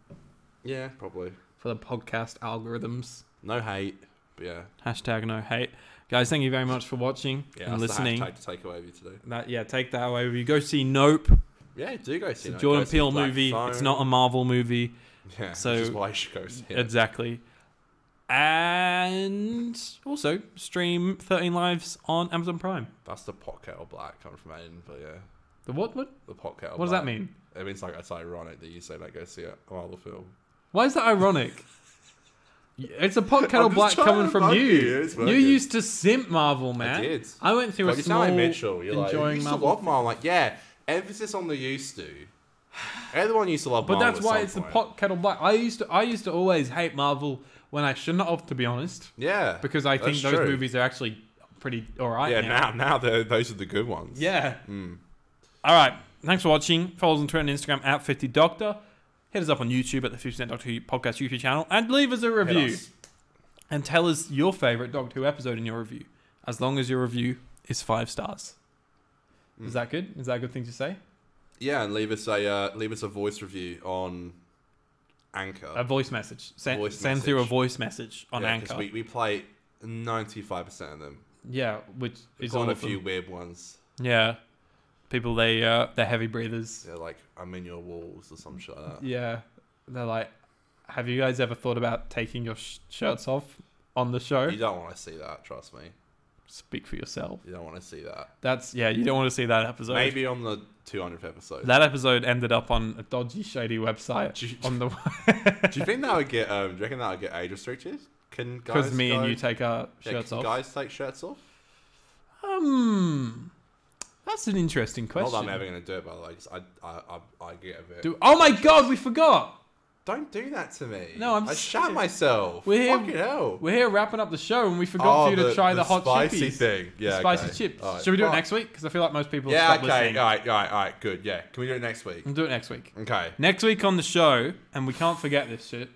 Speaker 2: Yeah, probably.
Speaker 1: For the podcast algorithms.
Speaker 2: No hate. But yeah,
Speaker 1: Hashtag no hate. Guys, thank you very much for watching
Speaker 2: yeah.
Speaker 1: and
Speaker 2: That's
Speaker 1: listening.
Speaker 2: the hashtag to take away with you today.
Speaker 1: That yeah, take that away with you. Go see Nope.
Speaker 2: Yeah, do go see.
Speaker 1: It's a
Speaker 2: it.
Speaker 1: Jordan
Speaker 2: Go see
Speaker 1: Peele
Speaker 2: Black
Speaker 1: movie.
Speaker 2: Phone.
Speaker 1: It's not a Marvel movie.
Speaker 2: Yeah,
Speaker 1: so-
Speaker 2: which is why you should go see it.
Speaker 1: Exactly. And also stream 13 Lives on Amazon Prime.
Speaker 2: That's the pot kettle black coming from Aiden, but yeah,
Speaker 1: The what what
Speaker 2: the pot kettle.
Speaker 1: what does
Speaker 2: black.
Speaker 1: that mean?
Speaker 2: It means like it's ironic that you say like go see a Marvel film.
Speaker 1: Why is that ironic? It's a pot kettle
Speaker 2: just
Speaker 1: black
Speaker 2: trying
Speaker 1: coming
Speaker 2: to
Speaker 1: from
Speaker 2: bug
Speaker 1: you.
Speaker 2: you, it's
Speaker 1: You,
Speaker 2: working.
Speaker 1: used to simp Marvel, man.
Speaker 2: did.
Speaker 1: I went through
Speaker 2: like
Speaker 1: a
Speaker 2: you
Speaker 1: small
Speaker 2: sound like Mitchell. You're like, you
Speaker 1: enjoying
Speaker 2: used to
Speaker 1: Marvel.
Speaker 2: love Marvel. I'm like, yeah, emphasis on the used to. Everyone used to love
Speaker 1: But
Speaker 2: Marvel.
Speaker 1: that's
Speaker 2: at
Speaker 1: why
Speaker 2: some
Speaker 1: it's the
Speaker 2: point.
Speaker 1: pot kettle black. I used to I used to always hate Marvel when I should not have, to be honest,
Speaker 2: Yeah,
Speaker 1: because I think
Speaker 2: that's
Speaker 1: those
Speaker 2: true.
Speaker 1: movies are actually pretty all right.
Speaker 2: Yeah, Hmm.
Speaker 1: now.
Speaker 2: now now they're- those are the good ones.
Speaker 1: Yeah. All right. Thanks for watching. Follow us on Twitter and Instagram at 50Doctor. Hit us up on YouTube at the 50 Doctor Who Podcast YouTube channel and leave us a
Speaker 2: Hit
Speaker 1: review.
Speaker 2: us.
Speaker 1: And tell us your favorite Doctor Who episode in your review, as long as your review is five stars.
Speaker 2: Hmm.
Speaker 1: Is that good? Is that a good thing to say?
Speaker 2: Yeah, and leave us a uh, leave us a voice review on Anchor.
Speaker 1: A voice message. Send,
Speaker 2: Uh, Voice
Speaker 1: send through a
Speaker 2: message.
Speaker 1: voice message on
Speaker 2: Yeah, 'cause
Speaker 1: Anchor.
Speaker 2: We, we play ninety five percent of them.
Speaker 1: yeah, which is
Speaker 2: It's
Speaker 1: all
Speaker 2: on a
Speaker 1: of
Speaker 2: few
Speaker 1: them.
Speaker 2: weird ones.
Speaker 1: Yeah. People, they, uh, they're heavy breathers.
Speaker 2: They're like I'm in your walls or some shit. Like that.
Speaker 1: Yeah. They're like, have you guys ever thought about taking your sh- shirts off on the show?
Speaker 2: You don't want to see that. Trust me.
Speaker 1: Speak for yourself.
Speaker 2: You don't want to see that.
Speaker 1: That's yeah. You don't want to see that episode.
Speaker 2: Maybe on the 200th episode.
Speaker 1: that episode ended up on a dodgy, shady website.
Speaker 2: Do you-
Speaker 1: on the
Speaker 2: Do you think that would get? Um, do you reckon that would get age restricted? Can guys?
Speaker 1: because me
Speaker 2: go-
Speaker 1: and you take our
Speaker 2: yeah,
Speaker 1: shirts
Speaker 2: can
Speaker 1: off.
Speaker 2: Guys take shirts off.
Speaker 1: Hmm. That's an interesting
Speaker 2: Not that
Speaker 1: question.
Speaker 2: I'm ever going to do it, by the way. 'cause I, I, I, I get a bit.
Speaker 1: Do- oh my god, we forgot.
Speaker 2: Don't do that to me.
Speaker 1: No, I'm
Speaker 2: I shat
Speaker 1: serious.
Speaker 2: myself.
Speaker 1: We're here-
Speaker 2: Fucking hell.
Speaker 1: We're here wrapping up the show, and we forgot for you to try the, hot
Speaker 2: Oh, spicy
Speaker 1: chippies.
Speaker 2: thing.
Speaker 1: The
Speaker 2: Yeah,
Speaker 1: spicy
Speaker 2: okay.
Speaker 1: chips.
Speaker 2: All right.
Speaker 1: Should we do it
Speaker 2: Fuck.
Speaker 1: next week? Because I feel like most people
Speaker 2: Yeah.
Speaker 1: stop
Speaker 2: Okay.
Speaker 1: listening.
Speaker 2: All right. All right. All right. Good. Yeah. Can we do it next week?
Speaker 1: We'll do it next week.
Speaker 2: Okay.
Speaker 1: Next week on the show, and we can't forget this shit. 'cause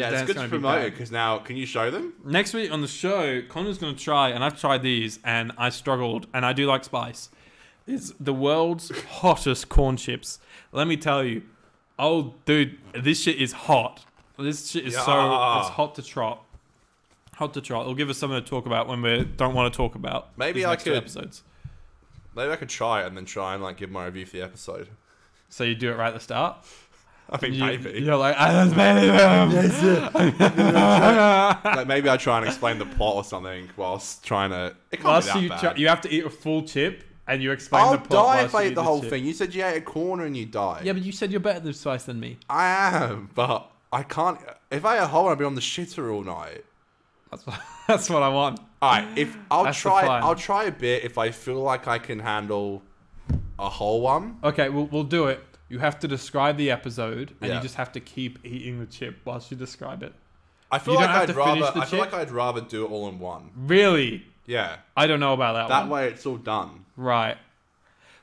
Speaker 2: Yeah,
Speaker 1: then
Speaker 2: it's good to
Speaker 1: gonna be
Speaker 2: promote
Speaker 1: bad.
Speaker 2: it because now can you show them?
Speaker 1: Next week on the show, Connor's going to try, and I've tried these, and I struggled, and I do like spice. It's the world's hottest corn chips. Let me tell you, oh dude, this shit is hot. This shit is so
Speaker 2: Yeah.
Speaker 1: it's hot to trot, hot to trot. It'll give us something to talk about when we don't want to talk about.
Speaker 2: Maybe
Speaker 1: these
Speaker 2: I
Speaker 1: next two
Speaker 2: could-
Speaker 1: episodes.
Speaker 2: Maybe I could try it and then try and like give my review for the episode.
Speaker 1: So you do it right at the start.
Speaker 2: I mean,
Speaker 1: You,
Speaker 2: maybe.
Speaker 1: you're like, "Ah, I don't know.
Speaker 2: like maybe I try and explain the plot or something whilst trying to. It can't
Speaker 1: Plus,
Speaker 2: be that
Speaker 1: you
Speaker 2: bad.
Speaker 1: ch- you have to eat a full chip, and you explain
Speaker 2: I'll
Speaker 1: the plot.
Speaker 2: die
Speaker 1: whilst
Speaker 2: if
Speaker 1: you
Speaker 2: I
Speaker 1: eat
Speaker 2: ate the whole
Speaker 1: chip.
Speaker 2: thing. You said you ate a corner and you died.
Speaker 1: Yeah, but you said you're better than Spice than me.
Speaker 2: I am, but I can't. If I ate a whole one, I'd be on the shitter all night.
Speaker 1: That's what, that's what I want.
Speaker 2: All right, if I'll
Speaker 1: That's the
Speaker 2: try,
Speaker 1: plan.
Speaker 2: I'll try a bit if I feel like I can handle a whole one.
Speaker 1: Okay, we'll, we'll do it. You have to describe the episode, and you
Speaker 2: Yeah.
Speaker 1: just have to keep eating the chip whilst you describe it.
Speaker 2: I feel
Speaker 1: You don't
Speaker 2: like
Speaker 1: have
Speaker 2: I'd
Speaker 1: to finish
Speaker 2: rather.
Speaker 1: the
Speaker 2: I feel
Speaker 1: chip?
Speaker 2: like I'd rather do it all in one.
Speaker 1: Really?
Speaker 2: Yeah,
Speaker 1: I don't know about that,
Speaker 2: that
Speaker 1: one.
Speaker 2: way it's all done.
Speaker 1: Right.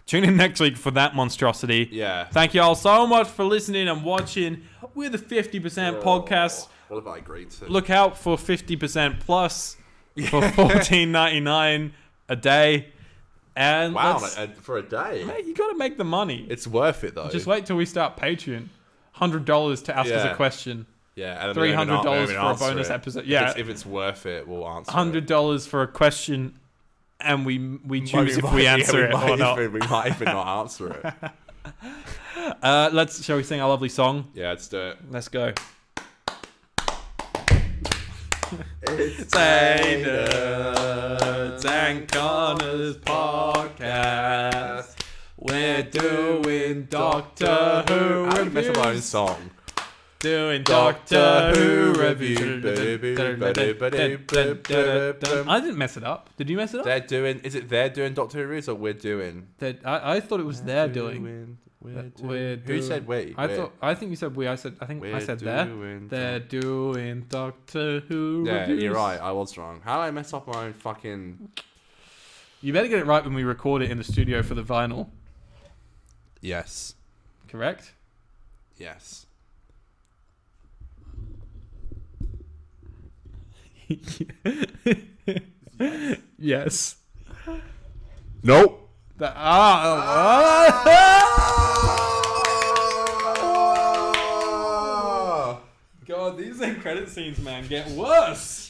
Speaker 1: Tune in next week for that monstrosity.
Speaker 2: Yeah.
Speaker 1: Thank you all so much for listening and watching. We're the 50% podcast.
Speaker 2: What if I agreed to?
Speaker 1: Look out for 50% plus for 14.99 a day. And
Speaker 2: wow,
Speaker 1: let's-
Speaker 2: like, uh, for a day,
Speaker 1: Hey, you got to make the money.
Speaker 2: it's worth it though.
Speaker 1: Just wait till we start Patreon. Hundred dollars to ask us
Speaker 2: Yeah.
Speaker 1: a question.
Speaker 2: yeah, and then we don't even-
Speaker 1: $300
Speaker 2: we don't even
Speaker 1: for a
Speaker 2: answer
Speaker 1: bonus
Speaker 2: it.
Speaker 1: episode.
Speaker 2: If
Speaker 1: Yeah.
Speaker 2: it's- if it's worth it, we'll answer. it.
Speaker 1: Hundred dollars for a question, and we we
Speaker 2: Might
Speaker 1: choose
Speaker 2: be-
Speaker 1: if
Speaker 2: might-
Speaker 1: we
Speaker 2: yeah,
Speaker 1: answer
Speaker 2: might
Speaker 1: it or not.
Speaker 2: Even, we might even not answer it.
Speaker 1: Uh, let's shall we sing our lovely song?
Speaker 2: Yeah, let's do it.
Speaker 1: Let's go.
Speaker 2: It's
Speaker 1: Saders and Connors podcast. We're doing Doctor Who
Speaker 2: I can mess up my own
Speaker 1: reviews.
Speaker 2: song.
Speaker 1: Doing
Speaker 2: Doctor
Speaker 1: Doctor
Speaker 2: Who
Speaker 1: Who
Speaker 2: review, baby, baby, baby, baby.
Speaker 1: I didn't mess it up. Did you mess it up?
Speaker 2: They're doing. Is it they're doing Doctor Who Roots or we're doing?
Speaker 1: That- I, I thought it was their doing.
Speaker 2: We're doing.
Speaker 1: We're
Speaker 2: Who
Speaker 1: doing-
Speaker 2: said we?
Speaker 1: I
Speaker 2: We're-
Speaker 1: thought. I think you said we. I said. I think I
Speaker 2: we're
Speaker 1: said there.
Speaker 2: doing
Speaker 1: They're
Speaker 2: Doc-
Speaker 1: doing Doctor Who.
Speaker 2: Yeah,
Speaker 1: reviews.
Speaker 2: you're right. I was wrong. How did I mess up my own fucking?
Speaker 1: You better get it right when we record it in the studio for the vinyl.
Speaker 2: Yes.
Speaker 1: Correct.
Speaker 2: Yes.
Speaker 1: yes.
Speaker 2: Nope.
Speaker 1: The, ah, ah.
Speaker 2: Ah! 아!
Speaker 1: God, these end credit scenes, man, get worse.